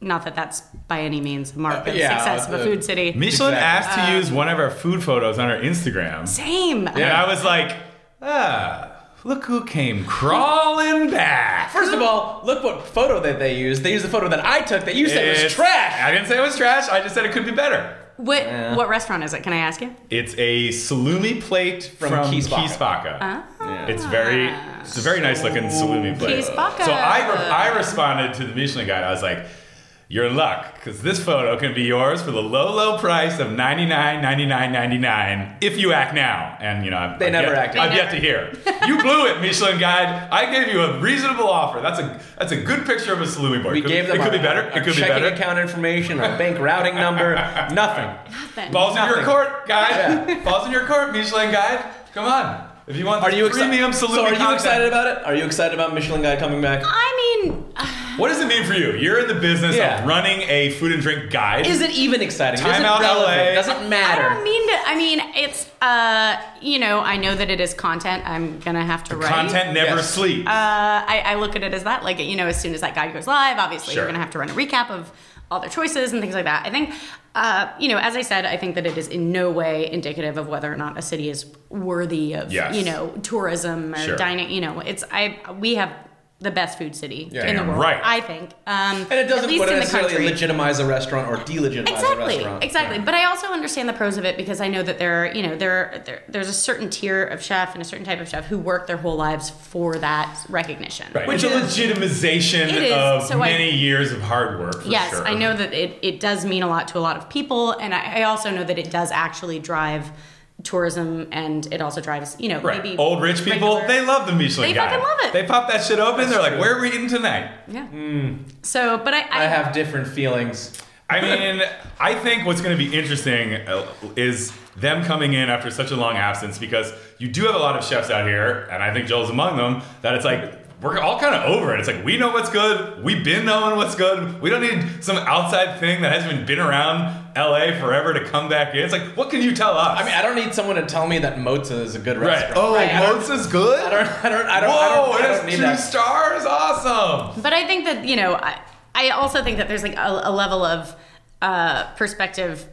[SPEAKER 3] not that that's by any means a mark
[SPEAKER 2] Uh,
[SPEAKER 3] of
[SPEAKER 2] yeah,
[SPEAKER 3] success of
[SPEAKER 2] uh,
[SPEAKER 3] a food city.
[SPEAKER 1] Michelin
[SPEAKER 2] Exactly.
[SPEAKER 1] asked
[SPEAKER 3] Uh,
[SPEAKER 1] to use one of our food photos on our Instagram,
[SPEAKER 3] Same.
[SPEAKER 1] and I was like, ah, look who came crawling back.
[SPEAKER 2] First of all, look what photo that they used. They used the photo that I took that you said was
[SPEAKER 1] It's-
[SPEAKER 2] trash.
[SPEAKER 1] I didn't say it was trash. I just said it could be better.
[SPEAKER 3] What what restaurant is it? Can I ask you?
[SPEAKER 1] It's a salumi plate from,
[SPEAKER 2] From
[SPEAKER 1] from
[SPEAKER 2] Keys Baka.
[SPEAKER 1] Keys Baka.
[SPEAKER 2] Yeah.
[SPEAKER 1] It's very, it's a very nice looking salumi plate.
[SPEAKER 3] Keys Baka.
[SPEAKER 1] So I, re- I responded to the Michelin guide. I was like, "You're in luck, because this photo can be yours for the low, low price of ninety nine, ninety nine, ninety nine. If you act now, and you know, I've,
[SPEAKER 2] They
[SPEAKER 1] I've
[SPEAKER 2] never
[SPEAKER 1] yet,
[SPEAKER 2] acted.
[SPEAKER 1] I've
[SPEAKER 3] They
[SPEAKER 1] yet to hear. You blew it, Michelin guide. I gave you a reasonable offer. That's a that's a good picture of a salumi board.
[SPEAKER 2] we
[SPEAKER 1] It could-
[SPEAKER 2] gave them
[SPEAKER 1] It could
[SPEAKER 2] our,
[SPEAKER 1] be better.
[SPEAKER 2] our
[SPEAKER 1] It could be
[SPEAKER 2] checking
[SPEAKER 1] better.
[SPEAKER 2] account information, our bank routing number, nothing.
[SPEAKER 1] Balls in your
[SPEAKER 2] Nothing.
[SPEAKER 1] court, guy.
[SPEAKER 2] Yeah.
[SPEAKER 1] Balls in your court, Michelin guide. Come on. If you want
[SPEAKER 2] Are
[SPEAKER 1] this
[SPEAKER 2] you excited?
[SPEAKER 1] premium salumi
[SPEAKER 2] so are you
[SPEAKER 1] content.
[SPEAKER 2] excited about it? Are you excited about Michelin Guide coming back?
[SPEAKER 3] I mean,
[SPEAKER 1] What does it mean for you? You're in the business
[SPEAKER 2] Yeah.
[SPEAKER 1] of running a food and drink guide.
[SPEAKER 2] Is it even exciting?
[SPEAKER 1] Time
[SPEAKER 2] Is it
[SPEAKER 1] out,
[SPEAKER 2] relevant?
[SPEAKER 1] LA.
[SPEAKER 2] Doesn't
[SPEAKER 3] I don't
[SPEAKER 2] matter.
[SPEAKER 3] mean to. I mean, it's uh, you know, I know that it is content. I'm gonna have to write
[SPEAKER 1] Content never
[SPEAKER 2] Yes.
[SPEAKER 1] sleeps.
[SPEAKER 3] Uh, I, I look at it as that, like you know, as soon as that guide goes live, obviously
[SPEAKER 1] Sure.
[SPEAKER 3] you're gonna have to run a recap of all their choices and things like that. I think, uh, you know, as I said, I think that it is in no way indicative of whether or not a city is worthy of
[SPEAKER 1] Yes.
[SPEAKER 3] you know tourism or
[SPEAKER 1] Sure.
[SPEAKER 3] dining. You know, it's I we have the best food city
[SPEAKER 2] Yeah.
[SPEAKER 3] in the
[SPEAKER 1] Damn
[SPEAKER 3] world,
[SPEAKER 1] right.
[SPEAKER 3] I think. Um,
[SPEAKER 2] And it doesn't
[SPEAKER 3] at least
[SPEAKER 2] put it
[SPEAKER 3] in the
[SPEAKER 2] necessarily
[SPEAKER 3] country.
[SPEAKER 2] legitimize a restaurant or delegitimize a
[SPEAKER 3] Exactly,
[SPEAKER 2] restaurant.
[SPEAKER 3] exactly. But I also understand the pros of it because I know that there, are, you know, there, there, there's a certain tier of chef and a certain type of chef who work their whole lives for that recognition.
[SPEAKER 1] right. Which a legitimization
[SPEAKER 3] It is,
[SPEAKER 1] of
[SPEAKER 3] so I-
[SPEAKER 1] many years of hard work. For
[SPEAKER 3] Yes,
[SPEAKER 1] sure.
[SPEAKER 3] I know that it, it does mean a lot to a lot of people, and I, I also know that it does actually drive tourism, and it also drives, you know,
[SPEAKER 1] Right.
[SPEAKER 3] maybe
[SPEAKER 1] Old rich people,
[SPEAKER 3] regular-
[SPEAKER 1] they love the Michelin
[SPEAKER 3] They
[SPEAKER 1] guide.
[SPEAKER 3] fucking love it.
[SPEAKER 1] They pop that shit open. they're like,
[SPEAKER 2] true.
[SPEAKER 1] "Where are we eating tonight?"
[SPEAKER 3] yeah. So, but I, I,
[SPEAKER 2] I have different feelings.
[SPEAKER 1] I mean, I think what's going to be interesting uh, is them coming in after such a long absence because you do have a lot of chefs out here, and I think Joel's among them, that it's like, we're all kind of over it. It's like, we know what's good. We've been knowing what's good. We don't need some outside thing that hasn't even been around LA forever to come back in. It's like, what can you tell us?
[SPEAKER 2] I mean, I don't need someone to tell me that Moza is a good
[SPEAKER 1] right.
[SPEAKER 2] restaurant.
[SPEAKER 1] Oh,
[SPEAKER 2] Right, I don't-
[SPEAKER 1] Moats is good?
[SPEAKER 2] I don't. I don't. I don't.
[SPEAKER 1] Whoa,
[SPEAKER 2] I don't,
[SPEAKER 1] it
[SPEAKER 2] I don't
[SPEAKER 1] has
[SPEAKER 2] need
[SPEAKER 1] two
[SPEAKER 2] that.
[SPEAKER 1] stars? Awesome.
[SPEAKER 3] But I think that you know, I, I also think that there's like a, a level of uh, perspective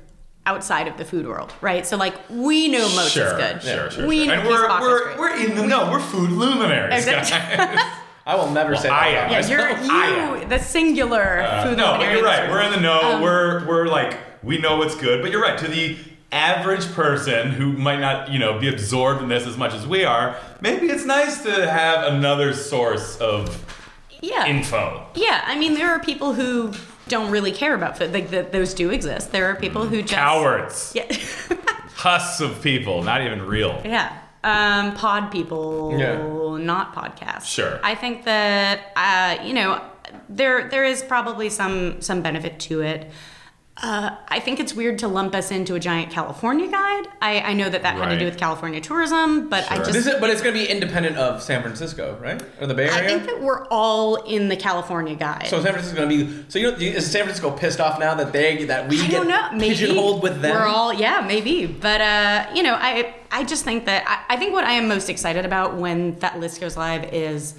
[SPEAKER 3] outside of the food world, right? So like we know Moats
[SPEAKER 1] sure,
[SPEAKER 3] is good.
[SPEAKER 1] Sure, sure,
[SPEAKER 3] We
[SPEAKER 1] sure.
[SPEAKER 3] know
[SPEAKER 1] And we're,
[SPEAKER 3] Keys Baka's
[SPEAKER 1] we're,
[SPEAKER 3] great.
[SPEAKER 1] we're in the know. We're food luminaries,
[SPEAKER 3] Exactly.
[SPEAKER 1] guys.
[SPEAKER 2] I will never say.
[SPEAKER 1] I
[SPEAKER 2] that.
[SPEAKER 1] am.
[SPEAKER 3] yeah, you're
[SPEAKER 1] I
[SPEAKER 3] you, the singular
[SPEAKER 1] Uh,
[SPEAKER 3] food.
[SPEAKER 1] no, but
[SPEAKER 3] luminary
[SPEAKER 1] you're
[SPEAKER 3] that's
[SPEAKER 1] right. We're in the know.
[SPEAKER 3] Um,
[SPEAKER 1] we're we're like we know what's good, but you're right. To the average person who might not you know be absorbed in this as much as we are, maybe it's nice to have another source of
[SPEAKER 3] Yeah,
[SPEAKER 1] info.
[SPEAKER 3] yeah. I mean, there are people who don't really care about food. Like that, those do exist. There are people who just
[SPEAKER 1] Cowards,
[SPEAKER 3] Yeah,
[SPEAKER 1] husks of people, not even real.
[SPEAKER 3] yeah. Um, pod people,
[SPEAKER 2] Yeah.
[SPEAKER 3] not podcasts.
[SPEAKER 1] Sure.
[SPEAKER 3] I think that uh, you know there there is probably some some benefit to it. Uh, I think it's weird to lump us into a giant California guide. I, I know that that had to do
[SPEAKER 1] Right.
[SPEAKER 3] with California tourism, but I
[SPEAKER 1] Sure.
[SPEAKER 3] just
[SPEAKER 2] This is, but it's going to be independent of San Francisco, right? Or the Bay Area.
[SPEAKER 3] I think that we're all in the California guide.
[SPEAKER 2] so San Francisco's going to be. So you know, is San Francisco pissed off now that they that we
[SPEAKER 3] I
[SPEAKER 2] get
[SPEAKER 3] don't know. Maybe
[SPEAKER 2] pigeonholed with them?
[SPEAKER 3] We're all yeah, maybe. But uh, you know, I I just think that I, I think what I am most excited about when that list goes live is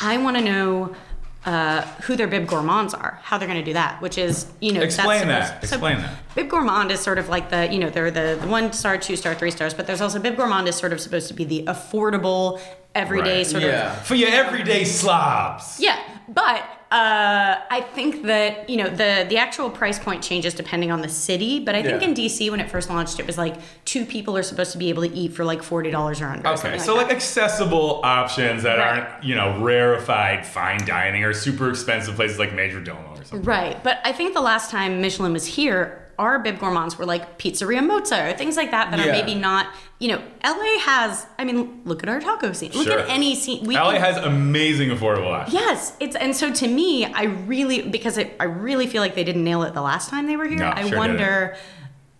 [SPEAKER 3] I want to know uh, who their bib gourmands are, how they're going to do that, which is you know that's
[SPEAKER 1] Explain that.
[SPEAKER 3] supposed- so
[SPEAKER 1] Explain that.
[SPEAKER 3] Bib gourmand is sort of like the you know they're the, the one star, two star, three stars, but there's also bib gourmand is sort of supposed to be the affordable, everyday
[SPEAKER 1] Right.
[SPEAKER 3] sort
[SPEAKER 2] Yeah.
[SPEAKER 3] of
[SPEAKER 1] For your everyday slobs.
[SPEAKER 3] yeah, but uh, I think that you know the the actual price point changes depending on the city. But I think
[SPEAKER 2] Yeah.
[SPEAKER 3] in DC when it first launched, it was like two people are supposed to be able to eat for like forty dollars or under. or
[SPEAKER 1] Okay,
[SPEAKER 3] something
[SPEAKER 1] so
[SPEAKER 3] like
[SPEAKER 1] like accessible options that
[SPEAKER 3] Right.
[SPEAKER 1] aren't, you know, rarefied fine dining or super expensive places like Major Domo or something.
[SPEAKER 3] that. right. But I think the last time Michelin was here. Our bib gourmands were like pizzeria mozza or things like that that are
[SPEAKER 2] Yeah.
[SPEAKER 3] maybe not, you know, LA has, I mean, look at our taco scene. Look
[SPEAKER 1] Sure.
[SPEAKER 3] at any scene. We
[SPEAKER 1] LA
[SPEAKER 3] can-
[SPEAKER 1] has amazing affordable options.
[SPEAKER 3] Yes, it's and so to me, I really because it, I really feel like they didn't nail it the last time they were here.
[SPEAKER 1] No,
[SPEAKER 3] I
[SPEAKER 1] sure
[SPEAKER 3] wonder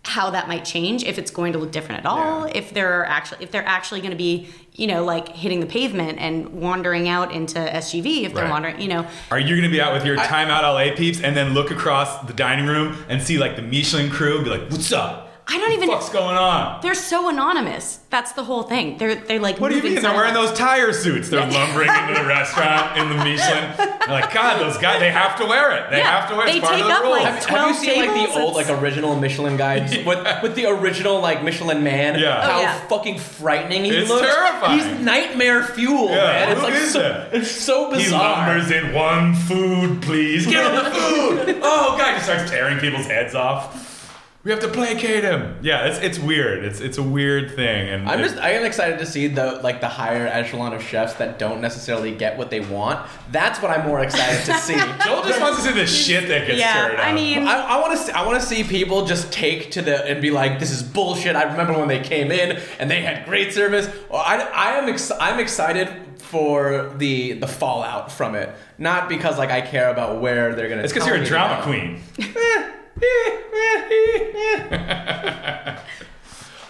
[SPEAKER 3] how that might change if it's going to look different at all.
[SPEAKER 2] Yeah.
[SPEAKER 3] If there are actually if they're actually going to be you know like hitting the pavement and wandering out into SGV if they're
[SPEAKER 1] Right.
[SPEAKER 3] wandering you know
[SPEAKER 1] Are you going to be out with your Time Out LA peeps and then look across the dining room and see like the Michelin crew and be like, "What's up?
[SPEAKER 3] I don't even
[SPEAKER 1] What's going on?"
[SPEAKER 3] they're so anonymous. That's the whole thing. They're they like
[SPEAKER 1] What do you
[SPEAKER 3] moving
[SPEAKER 1] mean? They're wearing
[SPEAKER 3] silent.
[SPEAKER 1] those tire suits. They're lumbering into the restaurant in the Michelin. They're like, God, those guys, they have to wear it. They
[SPEAKER 3] Yeah,
[SPEAKER 1] have to wear it. It's
[SPEAKER 3] they
[SPEAKER 1] part of
[SPEAKER 3] take
[SPEAKER 1] the
[SPEAKER 3] up,
[SPEAKER 1] rules.
[SPEAKER 3] like,
[SPEAKER 2] Have, have you
[SPEAKER 3] 12
[SPEAKER 2] seen like
[SPEAKER 3] tables?
[SPEAKER 2] the old like
[SPEAKER 3] It's-
[SPEAKER 2] original Michelin guides with with the original like Michelin man?
[SPEAKER 1] Yeah. Oh,
[SPEAKER 2] How
[SPEAKER 3] yeah.
[SPEAKER 2] fucking frightening he
[SPEAKER 1] It's
[SPEAKER 2] looks.
[SPEAKER 1] terrifying.
[SPEAKER 2] He's nightmare fuel,
[SPEAKER 1] Yeah,
[SPEAKER 2] man. It's
[SPEAKER 1] who
[SPEAKER 2] like
[SPEAKER 1] is
[SPEAKER 2] so,
[SPEAKER 1] that?
[SPEAKER 2] it's so
[SPEAKER 1] He
[SPEAKER 2] bizarre.
[SPEAKER 1] lumbers in one food, please. Give him the food. Oh god, he starts tearing people's heads off. We have to placate him. Yeah, it's it's weird. It's it's a weird thing. And
[SPEAKER 2] I'm
[SPEAKER 1] it-
[SPEAKER 2] just I am excited to see the like the higher echelon of chefs that don't necessarily get what they want. That's what I'm more excited to see.
[SPEAKER 1] Joel just wants to see the shit that gets
[SPEAKER 3] yeah
[SPEAKER 1] stirred up.
[SPEAKER 3] I mean
[SPEAKER 2] I, I want to see, I want to see people just take to the and be like, this is bullshit. I remember when they came in and they had great service. Or I, I am ex- I'm excited for the the fallout from it, not because like I care about where they're gonna.
[SPEAKER 1] it's because
[SPEAKER 2] tell
[SPEAKER 1] you're a
[SPEAKER 2] me Eh,
[SPEAKER 1] drama
[SPEAKER 2] now.
[SPEAKER 1] queen.
[SPEAKER 2] eh,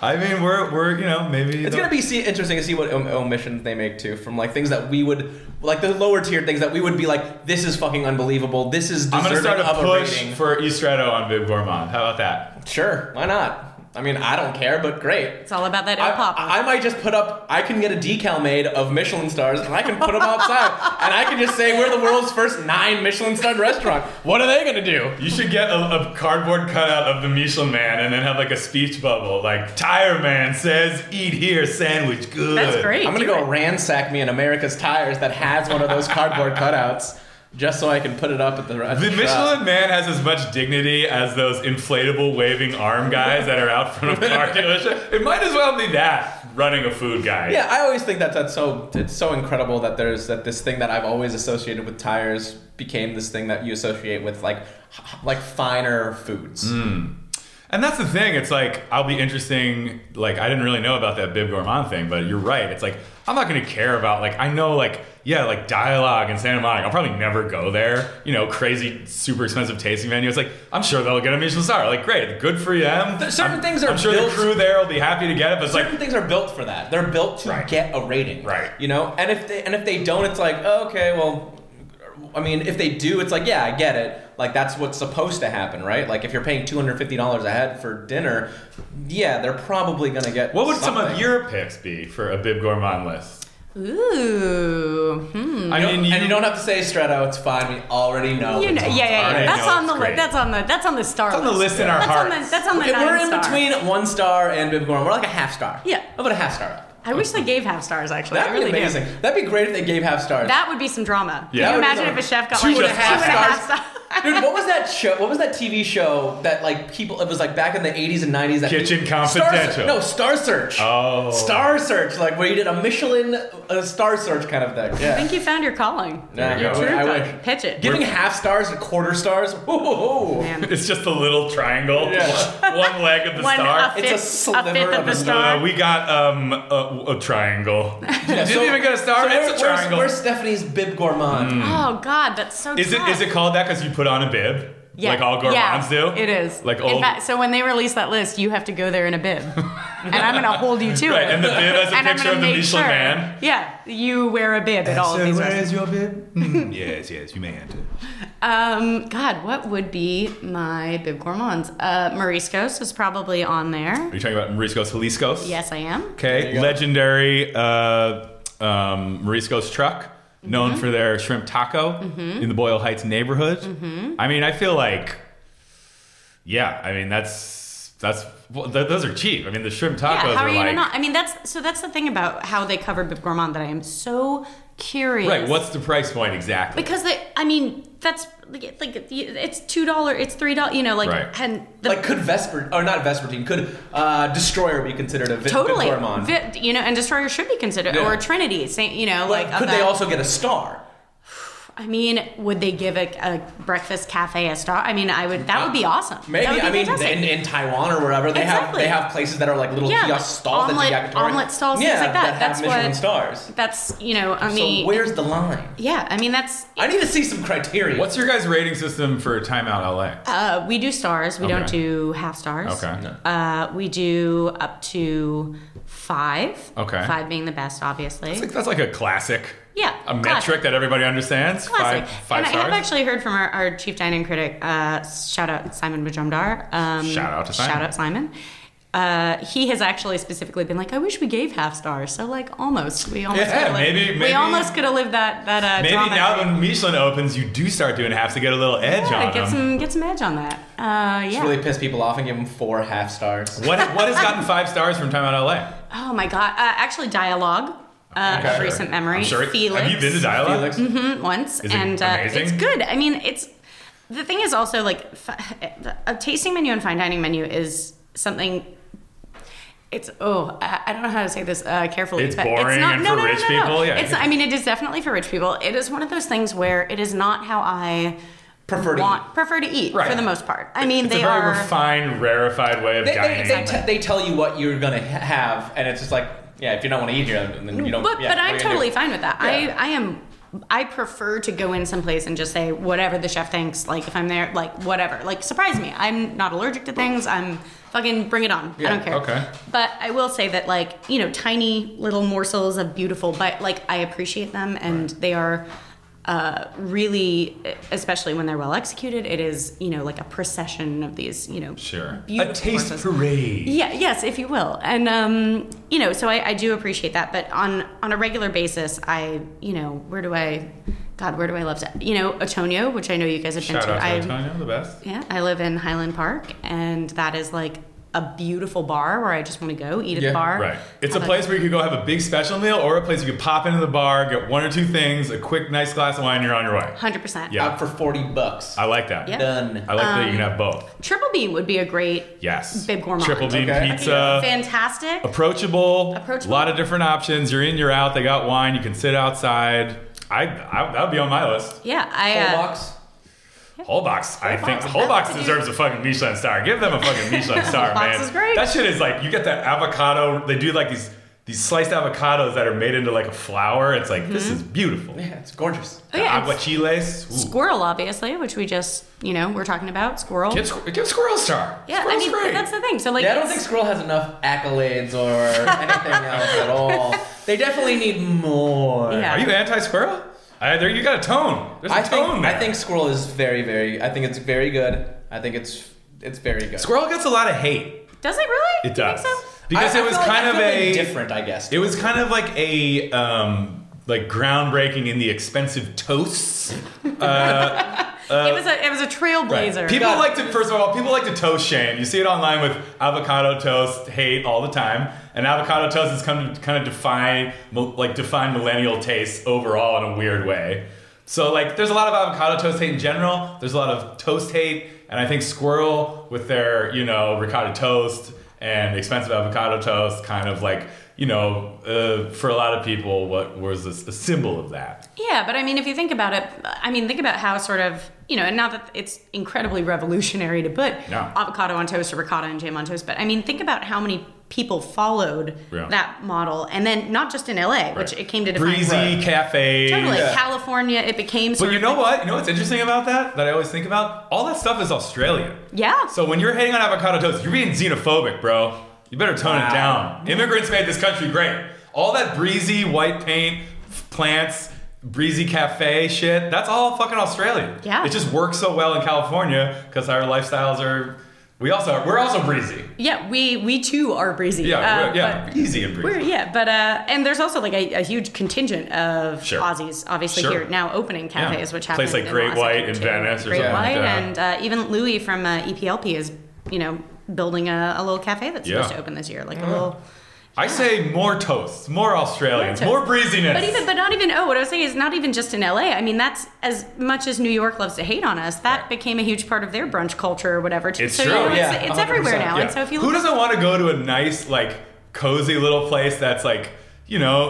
[SPEAKER 1] I mean, we're we're you know maybe
[SPEAKER 2] It's
[SPEAKER 1] the-
[SPEAKER 2] gonna be see, interesting to see what om- omissions they make too, from like things that we would, like the lower tier things that we would be like, this is fucking unbelievable. This is
[SPEAKER 1] I'm
[SPEAKER 2] deserving
[SPEAKER 1] gonna start a
[SPEAKER 2] of
[SPEAKER 1] push
[SPEAKER 2] a rating.
[SPEAKER 1] for Estretto on Bib Gourmand. How about that?
[SPEAKER 2] sure, why not? I mean, I don't care, but great.
[SPEAKER 3] it's all about that
[SPEAKER 2] I,
[SPEAKER 3] El Pop.
[SPEAKER 2] I I might just put up. I can get a decal made of Michelin stars, and I can put them outside, and I can just say we're the world's first nine Michelin starred restaurant. What are they gonna do?
[SPEAKER 1] You should get a, a cardboard cutout of the Michelin Man and then have like a speech bubble, like Tire Man says, "Eat here, sandwich good."
[SPEAKER 3] That's great.
[SPEAKER 2] I'm gonna go ransack me in America's Tires that has one of those cardboard cutouts, just so I can put it up at the. At
[SPEAKER 1] The
[SPEAKER 2] shop.
[SPEAKER 1] Michelin Man has as much dignity as those inflatable waving arm guys that are out front of car dealership. It might as well be that running a food guy.
[SPEAKER 2] Yeah, I always think that that's so. It's so incredible that there's that this thing that I've always associated with tires became this thing that you associate with like, h- like finer
[SPEAKER 1] Mm.
[SPEAKER 2] foods.
[SPEAKER 1] And that's the thing. It's like I'll be interesting. Like I didn't really know about that Bib Gourmand thing, but you're right. It's like I'm not gonna care about like I know like yeah like dialogue in Santa Monica. I'll probably never go there. You know, crazy super expensive tasting menu. It's like I'm sure they'll get a Michelin star. Like great, good for them.
[SPEAKER 2] Th- certain
[SPEAKER 1] I'm-
[SPEAKER 2] things are
[SPEAKER 1] I'm sure
[SPEAKER 2] built-
[SPEAKER 1] the crew there will be happy to get it. But it's like
[SPEAKER 2] certain things are built for that. They're built to
[SPEAKER 1] Right.
[SPEAKER 2] get a rating.
[SPEAKER 1] Right.
[SPEAKER 2] You know, and if they and if they don't, it's like oh, okay, well, I mean, if they do, it's like yeah, I get it. Like that's what's supposed to happen, right? Like if you're paying two hundred fifty dollars a head for dinner, yeah, they're probably gonna get.
[SPEAKER 1] what would some of
[SPEAKER 2] something.
[SPEAKER 1] your picks be for a Bib Gourmand list?
[SPEAKER 3] Ooh. Hmm.
[SPEAKER 1] I
[SPEAKER 2] You
[SPEAKER 1] mean,
[SPEAKER 2] Mm. don't- and you don't have to say Stretto. It's fine. We already know.
[SPEAKER 3] You know, yeah,
[SPEAKER 2] It's-
[SPEAKER 3] yeah,
[SPEAKER 1] already
[SPEAKER 3] yeah. That's
[SPEAKER 1] know
[SPEAKER 3] on
[SPEAKER 1] it's
[SPEAKER 3] the
[SPEAKER 1] great.
[SPEAKER 3] list. That's on the that's on the star.
[SPEAKER 1] It's on the list in our
[SPEAKER 3] that's On
[SPEAKER 1] hearts.
[SPEAKER 3] the, that's on the.
[SPEAKER 2] Okay,
[SPEAKER 3] nine
[SPEAKER 2] we're in
[SPEAKER 3] star.
[SPEAKER 2] between one star and Bib Gourmand. We're like a half star.
[SPEAKER 3] Yeah.
[SPEAKER 2] about a half star up.
[SPEAKER 3] I wish they gave half stars. Actually,
[SPEAKER 2] That'd
[SPEAKER 3] I really
[SPEAKER 2] be
[SPEAKER 3] do.
[SPEAKER 2] amazing. That'd be great if they gave half stars.
[SPEAKER 3] That would be some drama.
[SPEAKER 1] Yeah.
[SPEAKER 3] Can you
[SPEAKER 1] That
[SPEAKER 2] would be
[SPEAKER 3] imagine if a chef got
[SPEAKER 1] Two
[SPEAKER 3] like
[SPEAKER 1] and a
[SPEAKER 2] half
[SPEAKER 3] two and a half
[SPEAKER 2] stars.
[SPEAKER 3] stars?
[SPEAKER 2] Dude, what was that show? What was that TV show that like people? It was like back in the '80s and '90s. That
[SPEAKER 1] Kitchen
[SPEAKER 2] Star
[SPEAKER 1] Confidential.
[SPEAKER 2] Search- no, Star Search.
[SPEAKER 1] Oh.
[SPEAKER 2] Star Search, like where you did a Michelin uh, Star Search kind of thing. Yeah.
[SPEAKER 3] I think you found your calling.
[SPEAKER 2] Yeah,
[SPEAKER 1] There you
[SPEAKER 2] I
[SPEAKER 1] go.
[SPEAKER 2] wish-
[SPEAKER 3] True
[SPEAKER 2] I
[SPEAKER 3] calling.
[SPEAKER 2] wish.
[SPEAKER 3] Pitch it.
[SPEAKER 2] Giving half stars and quarter stars. Whoa, whoa, whoa.
[SPEAKER 3] Man.
[SPEAKER 1] It's just a little triangle,
[SPEAKER 2] Yeah.
[SPEAKER 1] one leg of the
[SPEAKER 3] One
[SPEAKER 1] star.
[SPEAKER 3] a
[SPEAKER 2] It's a
[SPEAKER 3] fifth,
[SPEAKER 2] sliver
[SPEAKER 3] fifth
[SPEAKER 2] of
[SPEAKER 3] of,
[SPEAKER 2] a
[SPEAKER 3] the
[SPEAKER 1] Uh,
[SPEAKER 3] star.
[SPEAKER 1] we got um a, a triangle.
[SPEAKER 2] Yeah,
[SPEAKER 1] Didn't even get a star.
[SPEAKER 2] So
[SPEAKER 1] it's
[SPEAKER 2] where-
[SPEAKER 1] a triangle. Mm.
[SPEAKER 2] Where's, where's Stephanie's bib gourmand?
[SPEAKER 3] oh God, that's so.
[SPEAKER 1] is it
[SPEAKER 3] tough.
[SPEAKER 1] is it called that because you put on a bib?
[SPEAKER 3] Yeah.
[SPEAKER 1] Like all gourmands
[SPEAKER 3] yeah,
[SPEAKER 1] do.
[SPEAKER 3] It is.
[SPEAKER 1] Like
[SPEAKER 3] In
[SPEAKER 1] old.
[SPEAKER 3] fact, so when they release that list, you have to go there in a bib, and I'm going to hold you to
[SPEAKER 1] right,
[SPEAKER 3] it.
[SPEAKER 1] and the bib has a
[SPEAKER 3] And I'm
[SPEAKER 1] picture
[SPEAKER 3] gonna
[SPEAKER 1] of the
[SPEAKER 3] make
[SPEAKER 1] Michelin
[SPEAKER 3] sure,
[SPEAKER 1] man.
[SPEAKER 3] Yeah, you wear a bib at all of these restaurants.
[SPEAKER 1] your bib? Hmm, yes, yes, you may enter.
[SPEAKER 3] Um, God, what would be my bib gourmands? Uh, Mariscos is probably on there.
[SPEAKER 1] Are you talking about Mariscos Jaliscos?
[SPEAKER 3] Yes, I am.
[SPEAKER 1] Okay,
[SPEAKER 2] go.
[SPEAKER 1] legendary uh, um, Mariscos truck.
[SPEAKER 3] Mm-hmm.
[SPEAKER 1] known for their shrimp taco in the Boyle Heights neighborhood.
[SPEAKER 3] Mm-hmm.
[SPEAKER 1] I mean, I feel like, yeah, I mean that's that's well, th- those are cheap. I mean, the shrimp tacos
[SPEAKER 3] yeah, how are, you
[SPEAKER 1] like
[SPEAKER 3] not? I mean, that's so. That's the thing about how they covered Bib Gourmand that I am so curious.
[SPEAKER 1] right. What's the price point exactly?
[SPEAKER 3] because they? I mean, that's like like, it's two dollar, it's three dollar. You know, like
[SPEAKER 1] Right.
[SPEAKER 3] and the
[SPEAKER 2] Like could Vesper or not Vespertine could uh, Destroyer be considered a vi-
[SPEAKER 3] totally,
[SPEAKER 2] good gourmand?
[SPEAKER 3] Vi- you know, and Destroyer should be considered
[SPEAKER 2] Yeah.
[SPEAKER 3] or Trinity. Same, you know,
[SPEAKER 2] like
[SPEAKER 3] like of
[SPEAKER 2] could they
[SPEAKER 3] that-
[SPEAKER 2] also get a star?
[SPEAKER 3] I mean, would they give a, a breakfast cafe a star? I mean, I would. That would be awesome.
[SPEAKER 2] Uh, Maybe
[SPEAKER 3] that would be
[SPEAKER 2] I mean
[SPEAKER 3] fantastic.
[SPEAKER 2] in, in Taiwan or wherever they
[SPEAKER 3] Exactly.
[SPEAKER 2] have they have places that are like little
[SPEAKER 3] Yeah,
[SPEAKER 2] kiosk stalls
[SPEAKER 3] omelet-
[SPEAKER 2] that you got
[SPEAKER 3] omelet stalls, things
[SPEAKER 2] yeah,
[SPEAKER 3] like that.
[SPEAKER 2] have
[SPEAKER 3] That's
[SPEAKER 2] Michelin
[SPEAKER 3] what-
[SPEAKER 2] stars.
[SPEAKER 3] that's you know, I mean,
[SPEAKER 2] So where's the line?
[SPEAKER 3] yeah, I mean that's
[SPEAKER 2] I need to see some criteria.
[SPEAKER 1] What's your guys' rating system for Timeout LA?
[SPEAKER 3] uh, we do stars. We don't
[SPEAKER 1] Okay.
[SPEAKER 3] do half stars.
[SPEAKER 1] Okay.
[SPEAKER 3] Uh, we do up to five.
[SPEAKER 1] Okay.
[SPEAKER 3] Five being the best, obviously.
[SPEAKER 1] It's like- that's like a classic.
[SPEAKER 3] Yeah,
[SPEAKER 1] A
[SPEAKER 3] classic.
[SPEAKER 1] metric that everybody understands.
[SPEAKER 3] Classic.
[SPEAKER 1] Five, five
[SPEAKER 3] and I have
[SPEAKER 1] stars.
[SPEAKER 3] actually heard from our, our chief dining critic, uh, shout out Simon Majumdar. Um,
[SPEAKER 1] Shout out to Simon.
[SPEAKER 3] Shout out Simon. Uh, he has actually specifically been like, I wish we gave half stars. So like almost, we almost
[SPEAKER 1] Yeah,
[SPEAKER 3] could have lived-
[SPEAKER 1] maybe-
[SPEAKER 3] we
[SPEAKER 1] maybe-
[SPEAKER 3] almost could have lived that that uh,
[SPEAKER 1] Maybe
[SPEAKER 3] drama
[SPEAKER 1] now
[SPEAKER 3] thing.
[SPEAKER 1] when Michelin opens, you do start doing halves to get a little edge
[SPEAKER 3] yeah,
[SPEAKER 1] on
[SPEAKER 3] get
[SPEAKER 1] them.
[SPEAKER 3] some get some edge on that. Uh, yeah.
[SPEAKER 2] Just really piss people off and give them four half stars.
[SPEAKER 1] What what has gotten five stars from Time Out LA?
[SPEAKER 3] oh my god. Uh, actually, dialogue. Uh,
[SPEAKER 1] Okay.
[SPEAKER 3] of recent memory.
[SPEAKER 1] I'm sure-
[SPEAKER 3] Felix.
[SPEAKER 1] Have you been to Dialogue?
[SPEAKER 2] Felix,
[SPEAKER 3] Mm-hmm. once,
[SPEAKER 1] Is it
[SPEAKER 3] and uh,
[SPEAKER 1] amazing?
[SPEAKER 3] it's good. I mean, it's the thing is also like f- a tasting menu and fine dining menu is something. It's oh I, I don't know how to say this uh, carefully.
[SPEAKER 1] It's
[SPEAKER 3] but
[SPEAKER 1] boring
[SPEAKER 3] not,
[SPEAKER 1] and
[SPEAKER 3] no,
[SPEAKER 1] for
[SPEAKER 3] no, no,
[SPEAKER 1] rich
[SPEAKER 3] no, no.
[SPEAKER 1] people? Yeah.
[SPEAKER 3] it's. I mean, it is definitely for rich people. It is one of those things where it is not how I
[SPEAKER 2] prefer to
[SPEAKER 3] want prefer to eat
[SPEAKER 1] Right.
[SPEAKER 3] for the most part. I mean,
[SPEAKER 1] it's
[SPEAKER 3] they
[SPEAKER 1] a very
[SPEAKER 3] are
[SPEAKER 1] refined, rarefied way of
[SPEAKER 2] They,
[SPEAKER 1] dining.
[SPEAKER 2] they, they, te- they tell you what you're gonna ha- have, and it's just like, yeah, if you don't want to eat, you're, then you don't.
[SPEAKER 3] But,
[SPEAKER 2] yeah, what
[SPEAKER 3] but I'm
[SPEAKER 2] are you gonna
[SPEAKER 3] totally
[SPEAKER 2] do?
[SPEAKER 3] fine with that.
[SPEAKER 2] Yeah.
[SPEAKER 3] I, I am. I prefer to go in someplace and just say whatever the chef thinks. Like if I'm there, like whatever. Like surprise me. I'm not allergic to things. I'm fucking bring it on.
[SPEAKER 2] Yeah,
[SPEAKER 3] I don't care.
[SPEAKER 1] okay.
[SPEAKER 3] But I will say that like you know tiny little morsels of beautiful, but like I appreciate them and they are. Uh, really, especially when they're well executed, it is you know like a procession of these you know
[SPEAKER 1] sure.
[SPEAKER 3] beautiful
[SPEAKER 1] a taste
[SPEAKER 3] courses.
[SPEAKER 1] parade.
[SPEAKER 3] Yeah, yes, if you will. And um, you know, so I, I do appreciate that, but on on a regular basis, I you know, where do I God, where do I love to you know, Otonio, which I know you guys have
[SPEAKER 1] Shout
[SPEAKER 3] been
[SPEAKER 1] out to
[SPEAKER 3] I
[SPEAKER 1] Antonio, the best.
[SPEAKER 3] yeah, I live in Highland Park and that is like a beautiful bar where I just want to go eat at
[SPEAKER 2] Yeah,
[SPEAKER 3] the bar.
[SPEAKER 1] Right. It's a
[SPEAKER 3] have
[SPEAKER 1] place where you could go have a big special meal or a place you could pop into the bar, get one or two things, a quick nice glass of wine, you're on your way.
[SPEAKER 3] 100%.
[SPEAKER 1] Yeah.
[SPEAKER 2] Out for forty bucks.
[SPEAKER 1] I like that.
[SPEAKER 3] Yeah. Um,
[SPEAKER 2] Done.
[SPEAKER 1] I like that you can have both.
[SPEAKER 3] Triple bean would be a great
[SPEAKER 1] Yes.
[SPEAKER 3] Bib Gourmand.
[SPEAKER 1] Triple bean
[SPEAKER 2] Okay.
[SPEAKER 1] pizza.
[SPEAKER 3] fantastic.
[SPEAKER 1] Approachable. A
[SPEAKER 3] Approachable.
[SPEAKER 1] lot of different options. You're in, you're out. They got wine. You can sit outside. I, I that would be on my list.
[SPEAKER 3] Yeah, I
[SPEAKER 2] Full
[SPEAKER 3] uh,
[SPEAKER 2] box.
[SPEAKER 1] Holbox, I
[SPEAKER 3] Holbox,
[SPEAKER 1] think
[SPEAKER 3] that's
[SPEAKER 1] Holbox
[SPEAKER 3] what you
[SPEAKER 1] deserves a fucking Michelin star. Give them a fucking Michelin star,
[SPEAKER 3] Holbox
[SPEAKER 1] man.
[SPEAKER 3] is great.
[SPEAKER 1] That shit is like you get that avocado. They do like these these sliced avocados that are made into like a flour. It's like
[SPEAKER 3] Mm-hmm.
[SPEAKER 1] this is beautiful.
[SPEAKER 2] Yeah, it's gorgeous.
[SPEAKER 3] Oh, yeah, and
[SPEAKER 1] the aguachiles. Ooh.
[SPEAKER 3] squirrel obviously, which we just, you know, we're talking about squirrel.
[SPEAKER 1] Give, squ- give squirrel star.
[SPEAKER 3] Yeah,
[SPEAKER 1] Squirrel's
[SPEAKER 3] I mean
[SPEAKER 1] great.
[SPEAKER 3] that's the thing. So like,
[SPEAKER 2] Yeah, I don't
[SPEAKER 3] it's-
[SPEAKER 2] think Squirrel has enough accolades or anything else at all. They definitely need more.
[SPEAKER 3] Yeah.
[SPEAKER 1] Are you anti squirrel? Uh, there, you got a tone. There's a
[SPEAKER 2] I
[SPEAKER 1] tone
[SPEAKER 2] think
[SPEAKER 1] there.
[SPEAKER 2] I think Squirrel is very, very. I think it's very good. I think it's it's very good.
[SPEAKER 1] squirrel gets a lot of hate.
[SPEAKER 3] does it really?
[SPEAKER 1] It
[SPEAKER 3] You
[SPEAKER 1] does
[SPEAKER 3] Think so?
[SPEAKER 1] because
[SPEAKER 2] I- I
[SPEAKER 1] it was
[SPEAKER 2] feel like-
[SPEAKER 1] kind
[SPEAKER 2] I
[SPEAKER 1] of
[SPEAKER 2] feel
[SPEAKER 1] a
[SPEAKER 2] different, I guess.
[SPEAKER 1] It was kind of like a um, like groundbreaking in the expensive toasts.
[SPEAKER 3] it was a it was a trailblazer.
[SPEAKER 1] Uh, People
[SPEAKER 2] Got it.
[SPEAKER 1] like to first of all, people like to toast shame. You see it online with avocado toast hate all the time, and avocado toast has come to kind of define mil- like define millennial tastes overall in a weird way. So like, there's a lot of avocado toast hate in general. There's a lot of toast hate, and I think Squirrel with their you know ricotta toast and expensive avocado toast kind of like you know uh, for a lot of people what was a, a symbol of that.
[SPEAKER 3] yeah, but I mean, if you think about it, I mean, think about how sort of you know, and not that it's incredibly revolutionary to put
[SPEAKER 1] Yeah.
[SPEAKER 3] avocado on toast or ricotta and jam on toast, but I mean, think about how many people followed
[SPEAKER 1] Yeah.
[SPEAKER 3] that model, and then not just in LA, which
[SPEAKER 1] Right.
[SPEAKER 3] it came to define
[SPEAKER 1] breezy
[SPEAKER 2] Right.
[SPEAKER 1] cafes.
[SPEAKER 3] totally
[SPEAKER 2] Yeah.
[SPEAKER 3] California. It became sort
[SPEAKER 1] But you
[SPEAKER 3] of
[SPEAKER 1] know what? You know what's interesting about that? That I always think about? All that stuff is Australian.
[SPEAKER 3] yeah.
[SPEAKER 1] So when you're hating on avocado toast, you're being xenophobic, bro. You better tone
[SPEAKER 2] Wow.
[SPEAKER 1] it down. Immigrants made this country great. All that breezy white paint, f- plants, breezy cafe shit, that's all fucking Australian.
[SPEAKER 3] Yeah.
[SPEAKER 1] It just works so well in California because our lifestyles are We also we're also breezy.
[SPEAKER 3] Yeah, we we too are breezy.
[SPEAKER 1] Yeah,
[SPEAKER 3] Uh,
[SPEAKER 1] we're, yeah,
[SPEAKER 3] but-
[SPEAKER 1] easy and breezy.
[SPEAKER 3] We're, yeah, but uh, and there's also like a, a huge contingent of
[SPEAKER 1] Sure.
[SPEAKER 3] Aussies, obviously
[SPEAKER 1] Sure.
[SPEAKER 3] here now opening cafes,
[SPEAKER 1] Yeah. Place
[SPEAKER 3] which happens
[SPEAKER 1] like Great White in Venice or
[SPEAKER 3] Great
[SPEAKER 1] something like
[SPEAKER 3] White,
[SPEAKER 1] that.
[SPEAKER 3] and uh, even Louis from uh, EPLP is you know building a, a little cafe that's
[SPEAKER 1] Yeah.
[SPEAKER 3] supposed to open this year, like a little.
[SPEAKER 1] I say more toasts, more Australians,
[SPEAKER 3] More
[SPEAKER 1] more,
[SPEAKER 3] toasts.
[SPEAKER 1] breeziness.
[SPEAKER 3] But even, but not even. Oh, what I was saying is not even just in LA. I mean, that's as much as New York loves to hate on us. That
[SPEAKER 1] Right.
[SPEAKER 3] became a huge part of their brunch culture or whatever. Too.
[SPEAKER 1] It's
[SPEAKER 3] so,
[SPEAKER 1] true.
[SPEAKER 3] You know,
[SPEAKER 2] Yeah,
[SPEAKER 3] it's, it's
[SPEAKER 2] 100%.
[SPEAKER 3] everywhere now.
[SPEAKER 1] Yeah.
[SPEAKER 3] And so if you
[SPEAKER 1] Who
[SPEAKER 3] look
[SPEAKER 1] doesn't want to go to a nice, like, cozy little place that's like, you know,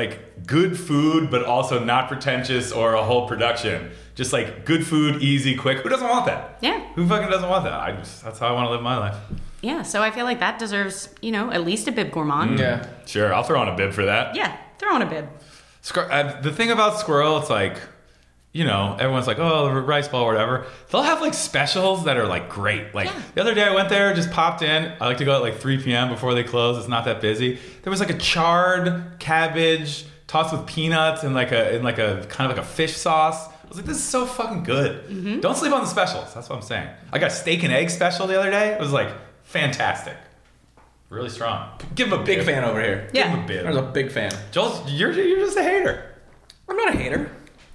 [SPEAKER 1] like good food, but also not pretentious or a whole production? Just like good food, easy, quick. Who doesn't want that?
[SPEAKER 3] Yeah.
[SPEAKER 1] Who fucking doesn't want that? I just, that's how I want to live my life.
[SPEAKER 3] Yeah, so I feel like that deserves, you know, at least a bib
[SPEAKER 1] Mm.
[SPEAKER 3] gourmand.
[SPEAKER 2] Yeah.
[SPEAKER 1] Sure, I'll throw on a bib for that.
[SPEAKER 3] Yeah, throw on a bib.
[SPEAKER 1] Squir- uh, the thing about squirrel, it's like, you know, everyone's like, oh, the rice ball or whatever. They'll have like specials that are like great. Like
[SPEAKER 3] Yeah.
[SPEAKER 1] the other day I went there, just popped in. I like to go at like 3 p.m. before they close. It's not that busy. There was like a charred cabbage tossed with peanuts and like a in like a kind of like a fish sauce. I was like, this is so fucking good.
[SPEAKER 3] Mm-hmm.
[SPEAKER 1] Don't sleep on the specials. That's what I'm saying. I got a steak and egg special the other day. It was like fantastic. Really strong. Give him a
[SPEAKER 2] Big
[SPEAKER 1] bib.
[SPEAKER 2] fan over here.
[SPEAKER 3] Yeah.
[SPEAKER 1] Give him a
[SPEAKER 2] I was a
[SPEAKER 1] bib.
[SPEAKER 2] big fan.
[SPEAKER 1] Joel, you're, you're just a hater.
[SPEAKER 2] I'm not a hater.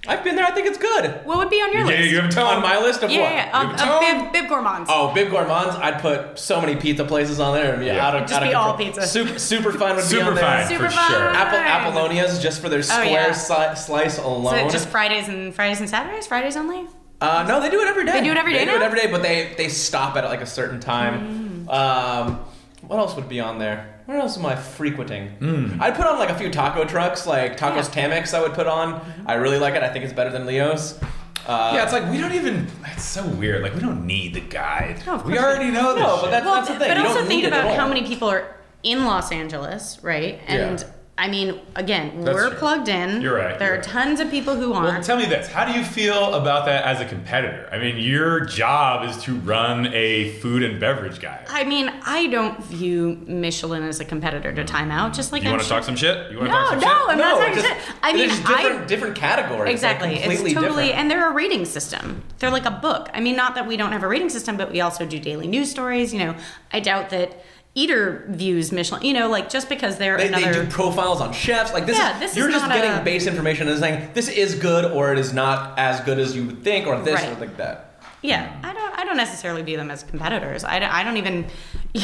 [SPEAKER 2] I've been there. I think it's good.
[SPEAKER 3] What would be on your
[SPEAKER 1] Yeah,
[SPEAKER 3] list?
[SPEAKER 1] you have a
[SPEAKER 2] On
[SPEAKER 1] tone.
[SPEAKER 2] my list of
[SPEAKER 3] yeah,
[SPEAKER 2] what?
[SPEAKER 3] yeah, Um,
[SPEAKER 1] You
[SPEAKER 3] yeah,
[SPEAKER 1] have
[SPEAKER 3] a,
[SPEAKER 1] tone.
[SPEAKER 3] a bib, bib gourmands.
[SPEAKER 2] Oh, Bib Gourmands! I'd put so many pizza places on there. It'd be
[SPEAKER 1] Yeah.
[SPEAKER 2] out of
[SPEAKER 3] It'd just
[SPEAKER 2] out of
[SPEAKER 3] be all
[SPEAKER 2] control.
[SPEAKER 3] pizza.
[SPEAKER 2] Super, super fun would be
[SPEAKER 1] Super
[SPEAKER 2] on there.
[SPEAKER 1] fine.
[SPEAKER 3] Super
[SPEAKER 1] for
[SPEAKER 3] fun.
[SPEAKER 1] sure.
[SPEAKER 2] Apple Apollonias just for their square
[SPEAKER 3] Oh, yeah.
[SPEAKER 2] sli- slice
[SPEAKER 3] Is
[SPEAKER 2] alone.
[SPEAKER 3] it just Fridays and Fridays and Saturdays? Fridays only?
[SPEAKER 2] Uh, no, they do it every day.
[SPEAKER 3] They do it every day
[SPEAKER 2] They do it
[SPEAKER 3] now? Mm.
[SPEAKER 2] every day, but they they stop at like a certain time. Um, what else would be on there? Where else am I frequenting? I'd put on like a few taco trucks, like Tacos Tamex. I would put on.
[SPEAKER 3] Mm-hmm.
[SPEAKER 2] I really like it. I think it's better than Leo's. Uh,
[SPEAKER 1] Yeah, it's like we don't even. It's so weird. Like we don't need the guide.
[SPEAKER 3] No, of
[SPEAKER 1] we
[SPEAKER 3] course
[SPEAKER 1] already know this.
[SPEAKER 2] No, but
[SPEAKER 1] shit.
[SPEAKER 2] that's-
[SPEAKER 3] Well,
[SPEAKER 2] the
[SPEAKER 3] th-
[SPEAKER 2] thing,
[SPEAKER 3] but
[SPEAKER 2] you
[SPEAKER 3] also
[SPEAKER 2] don't
[SPEAKER 3] think
[SPEAKER 2] need it at
[SPEAKER 3] about how
[SPEAKER 2] all.
[SPEAKER 3] many people are in Los Angeles, right? And
[SPEAKER 2] Yeah.
[SPEAKER 3] I mean, again,
[SPEAKER 1] That's
[SPEAKER 3] we're
[SPEAKER 1] true.
[SPEAKER 3] plugged in.
[SPEAKER 1] You're right,
[SPEAKER 3] There
[SPEAKER 1] you're
[SPEAKER 3] are
[SPEAKER 1] right.
[SPEAKER 3] tons of people who aren't.
[SPEAKER 1] Well, tell me this: How do you feel about that as a competitor? I mean, your job is to run a food and beverage guide.
[SPEAKER 3] I mean, I don't view Michelin as a competitor to Time Out. Just like
[SPEAKER 1] You
[SPEAKER 3] I'm
[SPEAKER 1] want to
[SPEAKER 3] sure-
[SPEAKER 1] talk some shit? You want
[SPEAKER 3] No,
[SPEAKER 1] to talk some
[SPEAKER 3] no,
[SPEAKER 1] shit?
[SPEAKER 3] I'm not talking
[SPEAKER 2] it's
[SPEAKER 3] shit. I mean,
[SPEAKER 2] there's different
[SPEAKER 3] I-
[SPEAKER 2] different categories. like,
[SPEAKER 3] Exactly.
[SPEAKER 2] completely
[SPEAKER 3] it's totally,
[SPEAKER 2] different.
[SPEAKER 3] and they're a rating system. They're like a book. I mean, not that we don't have a rating system, but we also do daily news stories. You know, I doubt that Eater views Michelin. You know, like just because they're
[SPEAKER 2] They, they
[SPEAKER 3] another.
[SPEAKER 2] do profiles on chefs. Like this,
[SPEAKER 3] Yeah,
[SPEAKER 2] is,
[SPEAKER 3] this is
[SPEAKER 2] you're just
[SPEAKER 3] not
[SPEAKER 2] getting
[SPEAKER 3] a-
[SPEAKER 2] base information and saying this is good or it is not as good as you would think or this or
[SPEAKER 3] Right.
[SPEAKER 2] like that.
[SPEAKER 3] yeah, I don't. I don't necessarily view them as competitors. I don't, I don't even.
[SPEAKER 2] I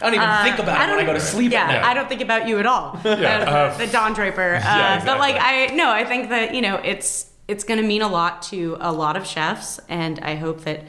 [SPEAKER 2] don't even
[SPEAKER 3] uh,
[SPEAKER 2] think about it when I go to sleep.
[SPEAKER 3] Yeah,
[SPEAKER 2] at night.
[SPEAKER 3] I don't think about you at all.
[SPEAKER 1] Yeah,
[SPEAKER 3] Uh,
[SPEAKER 1] uh,
[SPEAKER 3] the Don Draper. Uh,
[SPEAKER 1] yeah,
[SPEAKER 3] But like, I
[SPEAKER 1] exactly.
[SPEAKER 3] no, I think that you know, it's it's going to mean a lot to a lot of chefs, and I hope that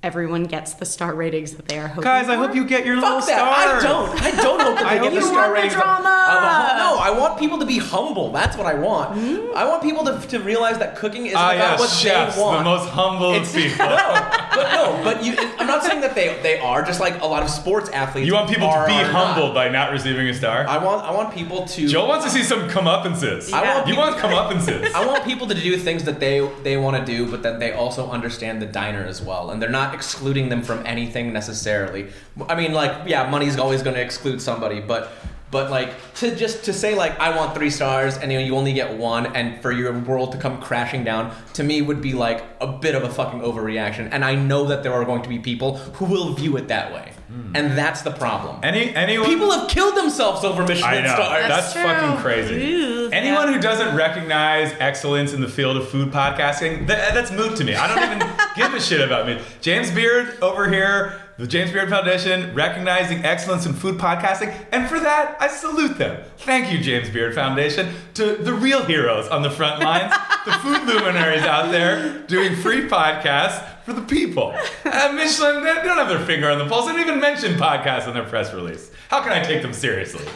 [SPEAKER 3] everyone gets the star ratings that they are hoping.
[SPEAKER 1] Guys, I
[SPEAKER 3] for.
[SPEAKER 1] hope you get your little
[SPEAKER 2] Fuck that!
[SPEAKER 1] stars.
[SPEAKER 2] I don't. I don't hope that
[SPEAKER 1] I
[SPEAKER 2] they get
[SPEAKER 1] hope
[SPEAKER 2] the
[SPEAKER 1] you
[SPEAKER 2] star
[SPEAKER 3] want the
[SPEAKER 2] ratings. of-
[SPEAKER 3] drama.
[SPEAKER 2] of a hum- no, I want people to be humble. That's what I want. I want people to, to realize that cooking isn't
[SPEAKER 1] Mm. Ah,
[SPEAKER 2] about
[SPEAKER 1] yes,
[SPEAKER 2] what
[SPEAKER 1] chefs,
[SPEAKER 2] they want.
[SPEAKER 1] the most humble of
[SPEAKER 2] It's-
[SPEAKER 1] people.
[SPEAKER 2] no, but no, but you, I'm not saying that they they are. Just like a lot of sports athletes,
[SPEAKER 1] You want people to
[SPEAKER 2] are-
[SPEAKER 1] be
[SPEAKER 2] are not.
[SPEAKER 1] humbled by not receiving a star.
[SPEAKER 2] I want I want people to.
[SPEAKER 1] Joel wants to see some comeuppances.
[SPEAKER 2] I want
[SPEAKER 1] You
[SPEAKER 2] people-
[SPEAKER 1] want comeuppances.
[SPEAKER 2] I want people to do things that they they want to do, but that they also understand the diner as well, and they're not excluding them from anything necessarily. I mean, like, yeah, money's always going to exclude somebody, but but like to just to say like I want three stars, and you, know, you only get one, and for your world to come crashing down to me would be like a bit of a fucking overreaction, and I know that there are going to be people who will view it that way,
[SPEAKER 1] Hmm.
[SPEAKER 2] and that's the problem.
[SPEAKER 1] Any anyone
[SPEAKER 2] people have killed themselves over
[SPEAKER 1] I
[SPEAKER 2] Michelin
[SPEAKER 1] know.
[SPEAKER 2] stars.
[SPEAKER 1] That's,
[SPEAKER 3] That's true.
[SPEAKER 1] fucking crazy.
[SPEAKER 3] Ew.
[SPEAKER 1] Anyone
[SPEAKER 3] Yeah.
[SPEAKER 1] who doesn't recognize excellence in the field of food podcasting, that, that's moot to me. I don't even give a shit about me. James Beard over here, the James Beard Foundation, recognizing excellence in food podcasting. And for that, I salute them. Thank you, James Beard Foundation, to the real heroes on the front lines, the food luminaries out there doing free podcasts for the people. Uh, Michelin, they don't have their finger on the pulse. They don't even mention podcasts in their press release. How can I take them seriously?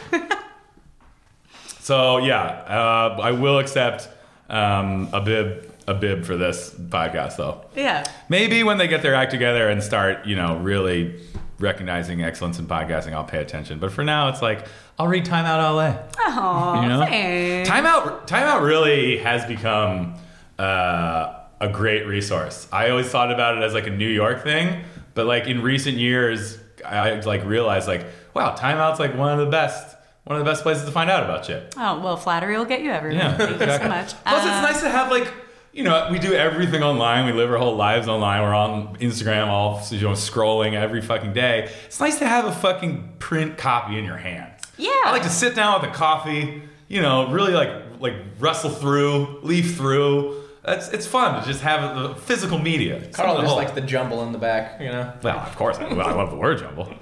[SPEAKER 1] So yeah, uh, I will accept um, a bib a bib for this podcast though.
[SPEAKER 3] Yeah.
[SPEAKER 1] Maybe when they get their act together and start, you know, really recognizing excellence in podcasting, I'll pay attention. But for now, it's like I'll read Time Out LA.
[SPEAKER 3] Oh,
[SPEAKER 1] You know,
[SPEAKER 3] thanks.
[SPEAKER 1] Time Out Time Out really has become uh, a great resource. I always thought about it as like a New York thing, but like in recent years, I like realized like, wow, Time Out's like one of the best, one of the best places to find out about shit.
[SPEAKER 3] Oh well, flattery will get you everywhere.
[SPEAKER 1] Yeah,
[SPEAKER 3] Thank you so
[SPEAKER 1] exactly.
[SPEAKER 3] much.
[SPEAKER 1] Plus,
[SPEAKER 3] Uh,
[SPEAKER 1] it's nice to have like you know, we do everything online. We live our whole lives online. We're on Instagram, all you know, scrolling every fucking day. It's nice to have a fucking print copy in your hand.
[SPEAKER 3] Yeah.
[SPEAKER 1] I like to sit down with a coffee. You know, really like like wrestle through, leaf through. It's it's fun to just have the physical media. It's
[SPEAKER 2] Carl
[SPEAKER 1] something
[SPEAKER 2] just
[SPEAKER 1] to
[SPEAKER 2] likes
[SPEAKER 1] hold.
[SPEAKER 2] the jumble in the back, you know.
[SPEAKER 1] Well, of course, I, well, I love the word jumble.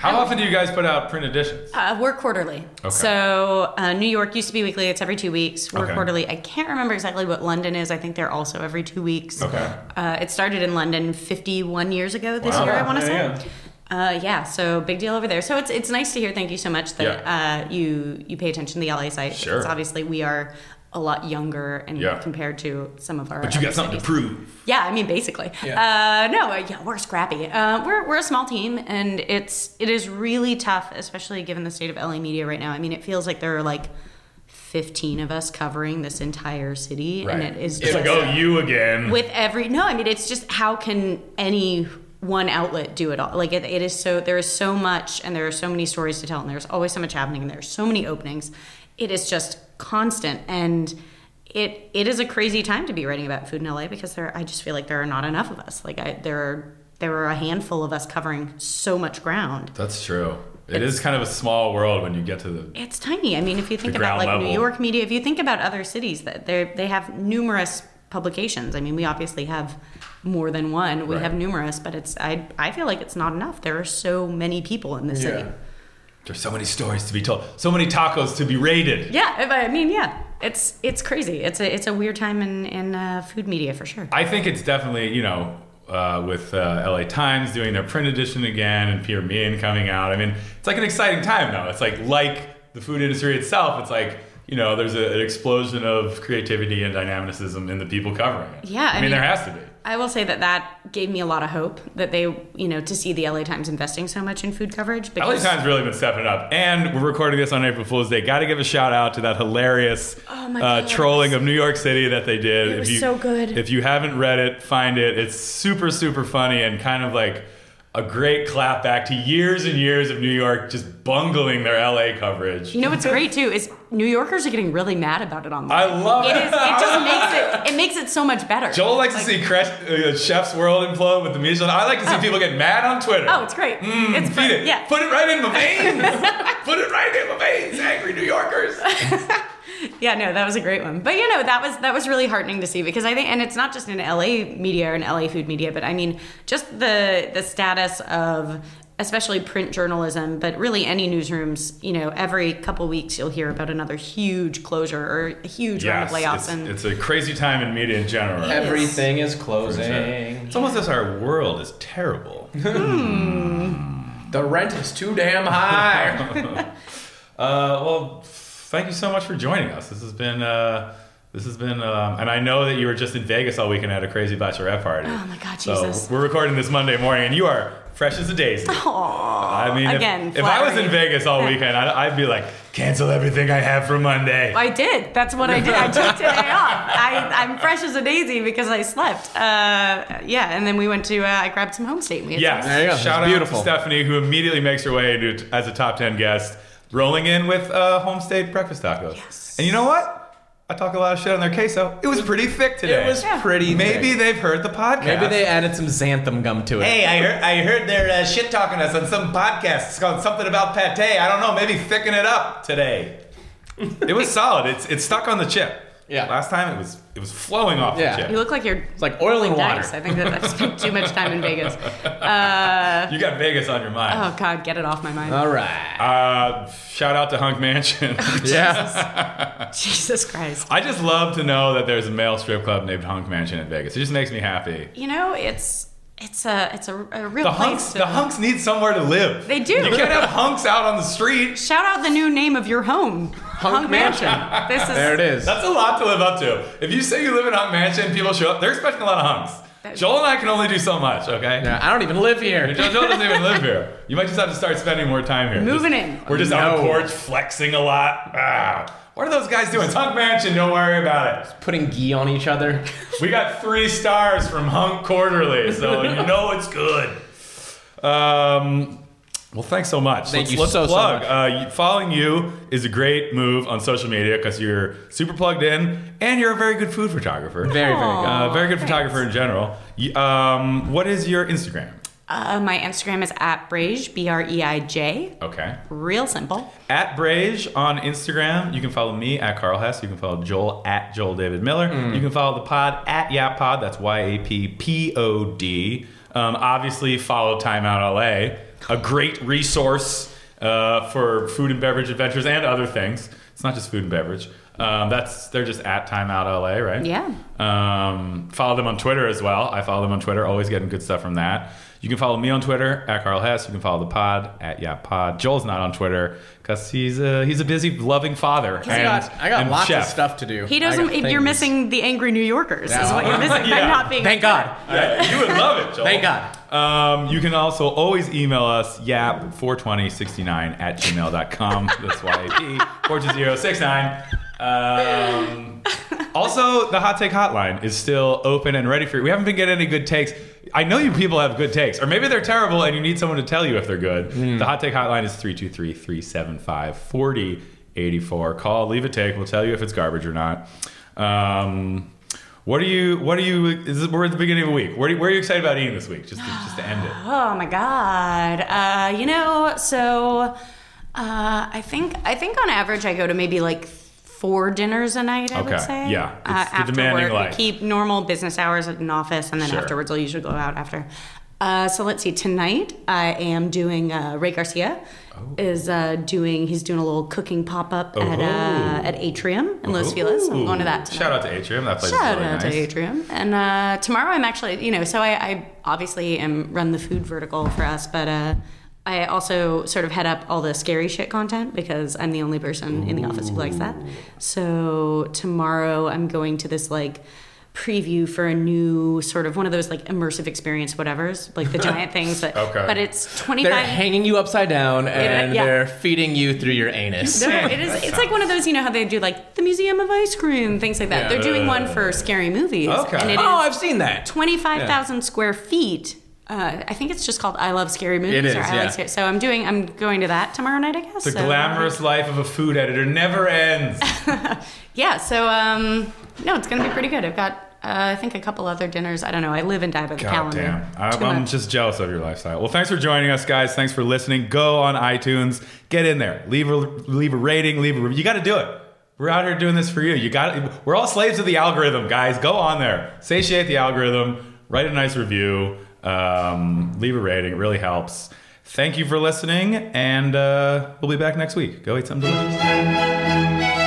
[SPEAKER 1] How often do you guys put out print editions?
[SPEAKER 3] Uh, we're quarterly.
[SPEAKER 1] Okay.
[SPEAKER 3] So uh, New York used to be weekly. It's every two weeks. We're
[SPEAKER 1] Okay.
[SPEAKER 3] quarterly. I can't remember exactly what London is. I think they're also every two weeks.
[SPEAKER 1] Okay.
[SPEAKER 3] Uh, it started in London 51 years ago this
[SPEAKER 1] Wow.
[SPEAKER 3] year, I want to
[SPEAKER 2] Yeah,
[SPEAKER 3] say. Uh, yeah, so big deal over there. So it's it's nice to hear. Thank you so much that uh, you you pay attention to the LA site.
[SPEAKER 1] Sure.
[SPEAKER 3] It's obviously we are a lot younger and
[SPEAKER 1] Yeah.
[SPEAKER 3] compared to some of our.
[SPEAKER 1] But you
[SPEAKER 3] other
[SPEAKER 1] got something to
[SPEAKER 3] cities.
[SPEAKER 1] prove.
[SPEAKER 3] Yeah, I mean, basically.
[SPEAKER 2] Yeah.
[SPEAKER 3] Uh, no, uh, yeah, we're scrappy. Uh, we're we're a small team, and it's it is really tough, especially given the state of LA media right now. I mean, it feels like there are like fifteen of us covering this entire city, and it is
[SPEAKER 1] It's like,
[SPEAKER 3] just,
[SPEAKER 1] oh, you again.
[SPEAKER 3] with every no. I mean, it's just how can any one outlet do it all? Like it, it is so there is so much, and there are so many stories to tell, and there's always so much happening, and there's so many openings. It is just constant and. It, it is a crazy time to be writing about food in LA because there I just feel like there are not enough of us. Like I, there are there are a handful of us covering so much ground.
[SPEAKER 1] That's true. It is kind of a small world when you get to the
[SPEAKER 3] It's tiny. I mean, if you think
[SPEAKER 1] The ground
[SPEAKER 3] about like
[SPEAKER 1] level.
[SPEAKER 3] New York media, if you think about other cities that they they have numerous publications. I mean, we obviously have more than one. We
[SPEAKER 1] Right.
[SPEAKER 3] have numerous, but it's I I feel like it's not enough. There are so many people in this city.
[SPEAKER 2] Yeah.
[SPEAKER 1] There's so many stories to be told, so many tacos to be raided.
[SPEAKER 3] Yeah, if I I mean, yeah. It's it's crazy. It's a it's a weird time in in uh, food media for sure.
[SPEAKER 1] I think it's definitely, you know, uh, with uh, LA Times doing their print edition again and Pierre Meehan coming out. I mean, it's like an exciting time now. It's like, like the food industry itself, it's like, you know, there's a, an explosion of creativity and dynamicism in the people covering it.
[SPEAKER 3] Yeah,
[SPEAKER 1] I,
[SPEAKER 3] I
[SPEAKER 1] mean,
[SPEAKER 3] mean-
[SPEAKER 1] there has to be.
[SPEAKER 3] I will say that that gave me a lot of hope that they, you know, to see the LA Times investing so much in food coverage.
[SPEAKER 1] LA
[SPEAKER 3] Because
[SPEAKER 1] Times really been stepping it up, and we're recording this on April Fool's Day. Got to give a shout out to that hilarious
[SPEAKER 3] Oh my
[SPEAKER 1] uh,
[SPEAKER 3] God.
[SPEAKER 1] trolling of New York City that they did.
[SPEAKER 3] It was so good.
[SPEAKER 1] If you haven't read it, find it. It's super super funny and kind of like a great clap back to years and years of New York just bungling their LA coverage.
[SPEAKER 3] You know what's great too is New Yorkers are getting really mad about it online.
[SPEAKER 1] I love it.
[SPEAKER 3] It is. It just makes it. It makes it so much better.
[SPEAKER 1] Joel likes to see cre- uh, Chef's World implode with the music. I like to see people get mad on Twitter.
[SPEAKER 3] Oh, it's great. it's
[SPEAKER 1] Feed
[SPEAKER 3] fun.
[SPEAKER 1] Mm, it.
[SPEAKER 3] Yeah.
[SPEAKER 1] Put it right in my veins. Put it right in my veins, angry New Yorkers.
[SPEAKER 3] Yeah. No, that was a great one. But you know, that was that was really heartening to see because I think, and it's not just in LA media or in LA food media, but I mean, just the the status of especially print journalism, but really any newsrooms. You know, every couple weeks you'll hear about another huge closure or a huge round of layoffs,
[SPEAKER 1] it's,
[SPEAKER 3] and
[SPEAKER 1] it's a crazy time in media in general. right?
[SPEAKER 2] Everything is
[SPEAKER 1] Is it?
[SPEAKER 2] closing.
[SPEAKER 1] It's almost as our world is terrible.
[SPEAKER 2] The rent is too damn high.
[SPEAKER 1] Uh, well, thank you so much for joining us. This has been. Uh, this has been, um, and I know that you were just in Vegas all weekend at a crazy bachelorette party.
[SPEAKER 3] Oh my God,
[SPEAKER 1] So
[SPEAKER 3] Jesus.
[SPEAKER 1] we're recording this Monday morning, and you are fresh as a daisy. I mean, if-
[SPEAKER 3] again,
[SPEAKER 1] if, I was in
[SPEAKER 3] flattering.
[SPEAKER 1] Vegas all weekend, I'd, I'd be like, cancel everything I have for Monday.
[SPEAKER 3] I did. That's what I did. I took today off. I, I'm fresh as a daisy because I slept. Uh, yeah, and then we went to. Uh, I grabbed some homestay. and We had
[SPEAKER 1] Yes.
[SPEAKER 2] There you go.
[SPEAKER 1] Shout out
[SPEAKER 2] It's beautiful.
[SPEAKER 1] to Stephanie, who immediately makes her way to, as a top 10 guest, rolling in with uh, homestayed breakfast tacos.
[SPEAKER 3] Yes.
[SPEAKER 1] And you know what? I talk a lot of shit on their queso. It was pretty thick today.
[SPEAKER 2] It was
[SPEAKER 3] Yeah.
[SPEAKER 2] pretty.
[SPEAKER 1] Maybe
[SPEAKER 2] thick.
[SPEAKER 1] they've heard the podcast.
[SPEAKER 2] maybe they added some xanthan gum to it.
[SPEAKER 1] Hey, I heard, I heard they're uh, shit talking us on some podcast. It's called Something About Pate. I don't know. Maybe thicken it up today. it was solid. It's it's stuck on the chip.
[SPEAKER 2] Yeah.
[SPEAKER 1] Some- Last time it was it was flowing off
[SPEAKER 2] Yeah.
[SPEAKER 1] the
[SPEAKER 3] You
[SPEAKER 1] chip.
[SPEAKER 3] look like you're
[SPEAKER 2] It's like oiling water.
[SPEAKER 3] nice. I think that I spent too much time in Vegas.
[SPEAKER 1] You got Vegas on your mind.
[SPEAKER 3] Oh God, get it off my mind.
[SPEAKER 2] All right.
[SPEAKER 1] Uh, shout out to Hunk Mansion.
[SPEAKER 2] yeah.
[SPEAKER 3] Jesus Christ.
[SPEAKER 1] I just love to know that there's a male strip club named Hunk Mansion in Vegas. It just makes me happy.
[SPEAKER 3] You know, it's it's a it's a, a real
[SPEAKER 1] The
[SPEAKER 3] place.
[SPEAKER 1] hunks,
[SPEAKER 3] to-
[SPEAKER 1] the hunks need somewhere to live.
[SPEAKER 3] They do.
[SPEAKER 1] You can't have hunks out on the street.
[SPEAKER 3] Shout out the new name of your home, Hunk,
[SPEAKER 2] Mansion.
[SPEAKER 3] This is
[SPEAKER 2] There it is.
[SPEAKER 1] That's a lot to live up to. If you say you live in Hunk Mansion, people show up. They're expecting a lot of hunks.
[SPEAKER 3] That-
[SPEAKER 1] Joel and I can only do so much. Okay.
[SPEAKER 2] Yeah, I don't even live here.
[SPEAKER 1] Joel Joel doesn't even live here. You might just have to start spending more time here.
[SPEAKER 3] Moving
[SPEAKER 1] Just-
[SPEAKER 3] in.
[SPEAKER 1] We're just on the
[SPEAKER 2] No.
[SPEAKER 1] porch flexing a lot. Ah. What are those guys doing? It's Hunk Mansion. Don't worry about it.
[SPEAKER 2] Putting ghee on each other.
[SPEAKER 1] We got three stars from Hunk Quarterly, so you know it's good. Um, Well, thanks so much.
[SPEAKER 2] Thank
[SPEAKER 1] let's
[SPEAKER 2] you
[SPEAKER 1] let's
[SPEAKER 2] so, so
[SPEAKER 1] plug.
[SPEAKER 2] much.
[SPEAKER 1] Uh, you- following you is a great move on social media because you're super plugged in and you're a very good food photographer.
[SPEAKER 2] Very, very good.
[SPEAKER 1] Uh, very good
[SPEAKER 3] Aw,
[SPEAKER 1] photographer in general. You- um, what is your Instagram?
[SPEAKER 3] Uh, my Instagram is at Brage, B R E I J.
[SPEAKER 1] Okay.
[SPEAKER 3] Real simple.
[SPEAKER 1] At Brage on Instagram. You can follow me at Carl Hess. You can follow Joel at Joel David Miller. You can follow the pod at Yap Pod. That's Y A P P O D. Um, obviously, follow Timeout LA, a great resource uh, for food and beverage adventures and other things. It's not just food and beverage. Um, that's they're just at Timeout LA, right?
[SPEAKER 3] Yeah.
[SPEAKER 1] Um, follow them on Twitter as well. I follow them on Twitter. Always getting good stuff from that. You can follow me on Twitter at Carl Hess. You can follow the pod at Yeah Pod. Joel's not on Twitter because he's a he's a busy loving father. And,
[SPEAKER 2] I got, I got
[SPEAKER 1] and
[SPEAKER 2] lots
[SPEAKER 1] chef.
[SPEAKER 2] of stuff to do.
[SPEAKER 3] He
[SPEAKER 2] I got
[SPEAKER 3] doesn't. You're
[SPEAKER 2] things.
[SPEAKER 3] missing the angry New Yorkers. Is
[SPEAKER 2] Yeah.
[SPEAKER 3] what you're missing by
[SPEAKER 1] Yeah.
[SPEAKER 3] not being.
[SPEAKER 2] Thank God.
[SPEAKER 1] Yeah, you would love it, Joel.
[SPEAKER 2] Thank God.
[SPEAKER 1] Um, you can also always email us yap42069 at gmail.com. That's YAP42069. Um, also, the hot take hotline is still open and ready for you. We haven't been getting any good takes. I know you people have good takes, or maybe they're terrible and you need someone to tell you if they're good.
[SPEAKER 3] Hmm.
[SPEAKER 1] The hot take hotline is 323 375 4084. Call, leave a take. We'll tell you if it's garbage or not. Um, what are you? What are you? Is this, we're at the beginning of a week. Where, do you- where are you excited about eating this week? Just to, just to end it.
[SPEAKER 3] Oh my god. Uh, you know, so uh, I think I think on average I go to maybe like four dinners a night. I would
[SPEAKER 1] Okay,
[SPEAKER 3] say.
[SPEAKER 1] yeah.
[SPEAKER 3] Uh,
[SPEAKER 1] It's the
[SPEAKER 3] after
[SPEAKER 1] demanding
[SPEAKER 3] work,
[SPEAKER 1] life.
[SPEAKER 3] we keep normal business hours at an office, and then
[SPEAKER 1] Sure.
[SPEAKER 3] afterwards I'll usually go out after. Uh, so let's see. Tonight I am doing uh, Ray Garcia
[SPEAKER 1] Oh.
[SPEAKER 3] is uh, doing he's doing a little cooking pop up at
[SPEAKER 1] Oh.
[SPEAKER 3] uh, at Atrium in Los Feliz. I'm going to that. Tonight.
[SPEAKER 1] Shout out to Atrium. That place
[SPEAKER 3] Shout
[SPEAKER 1] is really
[SPEAKER 3] out
[SPEAKER 1] nice.
[SPEAKER 3] to Atrium. And uh, tomorrow I'm actually, you know, so I, I obviously am run the food vertical for us, but uh, I also sort of head up all the scary shit content because I'm the only person in the office who likes that. So tomorrow I'm going to this like preview for a new sort of one of those like immersive experience whatevers, like the giant things. But,
[SPEAKER 1] Okay.
[SPEAKER 3] but it's
[SPEAKER 2] They're
[SPEAKER 3] 25
[SPEAKER 2] hanging you upside down and
[SPEAKER 3] yeah.
[SPEAKER 2] they're feeding you through your anus.
[SPEAKER 3] No, it is. It's like one of those, you know, how they do like the Museum of Ice Cream, things like that.
[SPEAKER 2] Yeah.
[SPEAKER 3] They're doing one for scary movies,
[SPEAKER 1] Okay.
[SPEAKER 3] and it is
[SPEAKER 2] Oh, I've seen that.
[SPEAKER 3] 25,000 square feet. Uh, I think it's just called I Love Scary Movies.
[SPEAKER 2] It is,
[SPEAKER 3] or I
[SPEAKER 2] yeah.
[SPEAKER 3] like scary. So I'm doing, I'm going to that tomorrow night, I guess.
[SPEAKER 1] The
[SPEAKER 3] So, uh,
[SPEAKER 1] glamorous life of a food editor never ends.
[SPEAKER 3] yeah. So, um, no, it's going to be pretty good. I've got, uh, I think, a couple other dinners. I don't know. I live and die by the
[SPEAKER 1] God
[SPEAKER 3] calendar.
[SPEAKER 1] damn. I,
[SPEAKER 3] Too
[SPEAKER 1] I'm
[SPEAKER 3] much.
[SPEAKER 1] just jealous of your lifestyle. Well, thanks for joining us, guys. Thanks for listening. Go on iTunes. Get in there. Leave a leave a rating. Leave a review. You got to do it. We're out here doing this for you. You got. We're all slaves of the algorithm, guys. Go on there. Satiate the algorithm. Write a nice review. Um, leave a rating. It really helps. Thank you for listening, and uh, we'll be back next week. Go eat something delicious.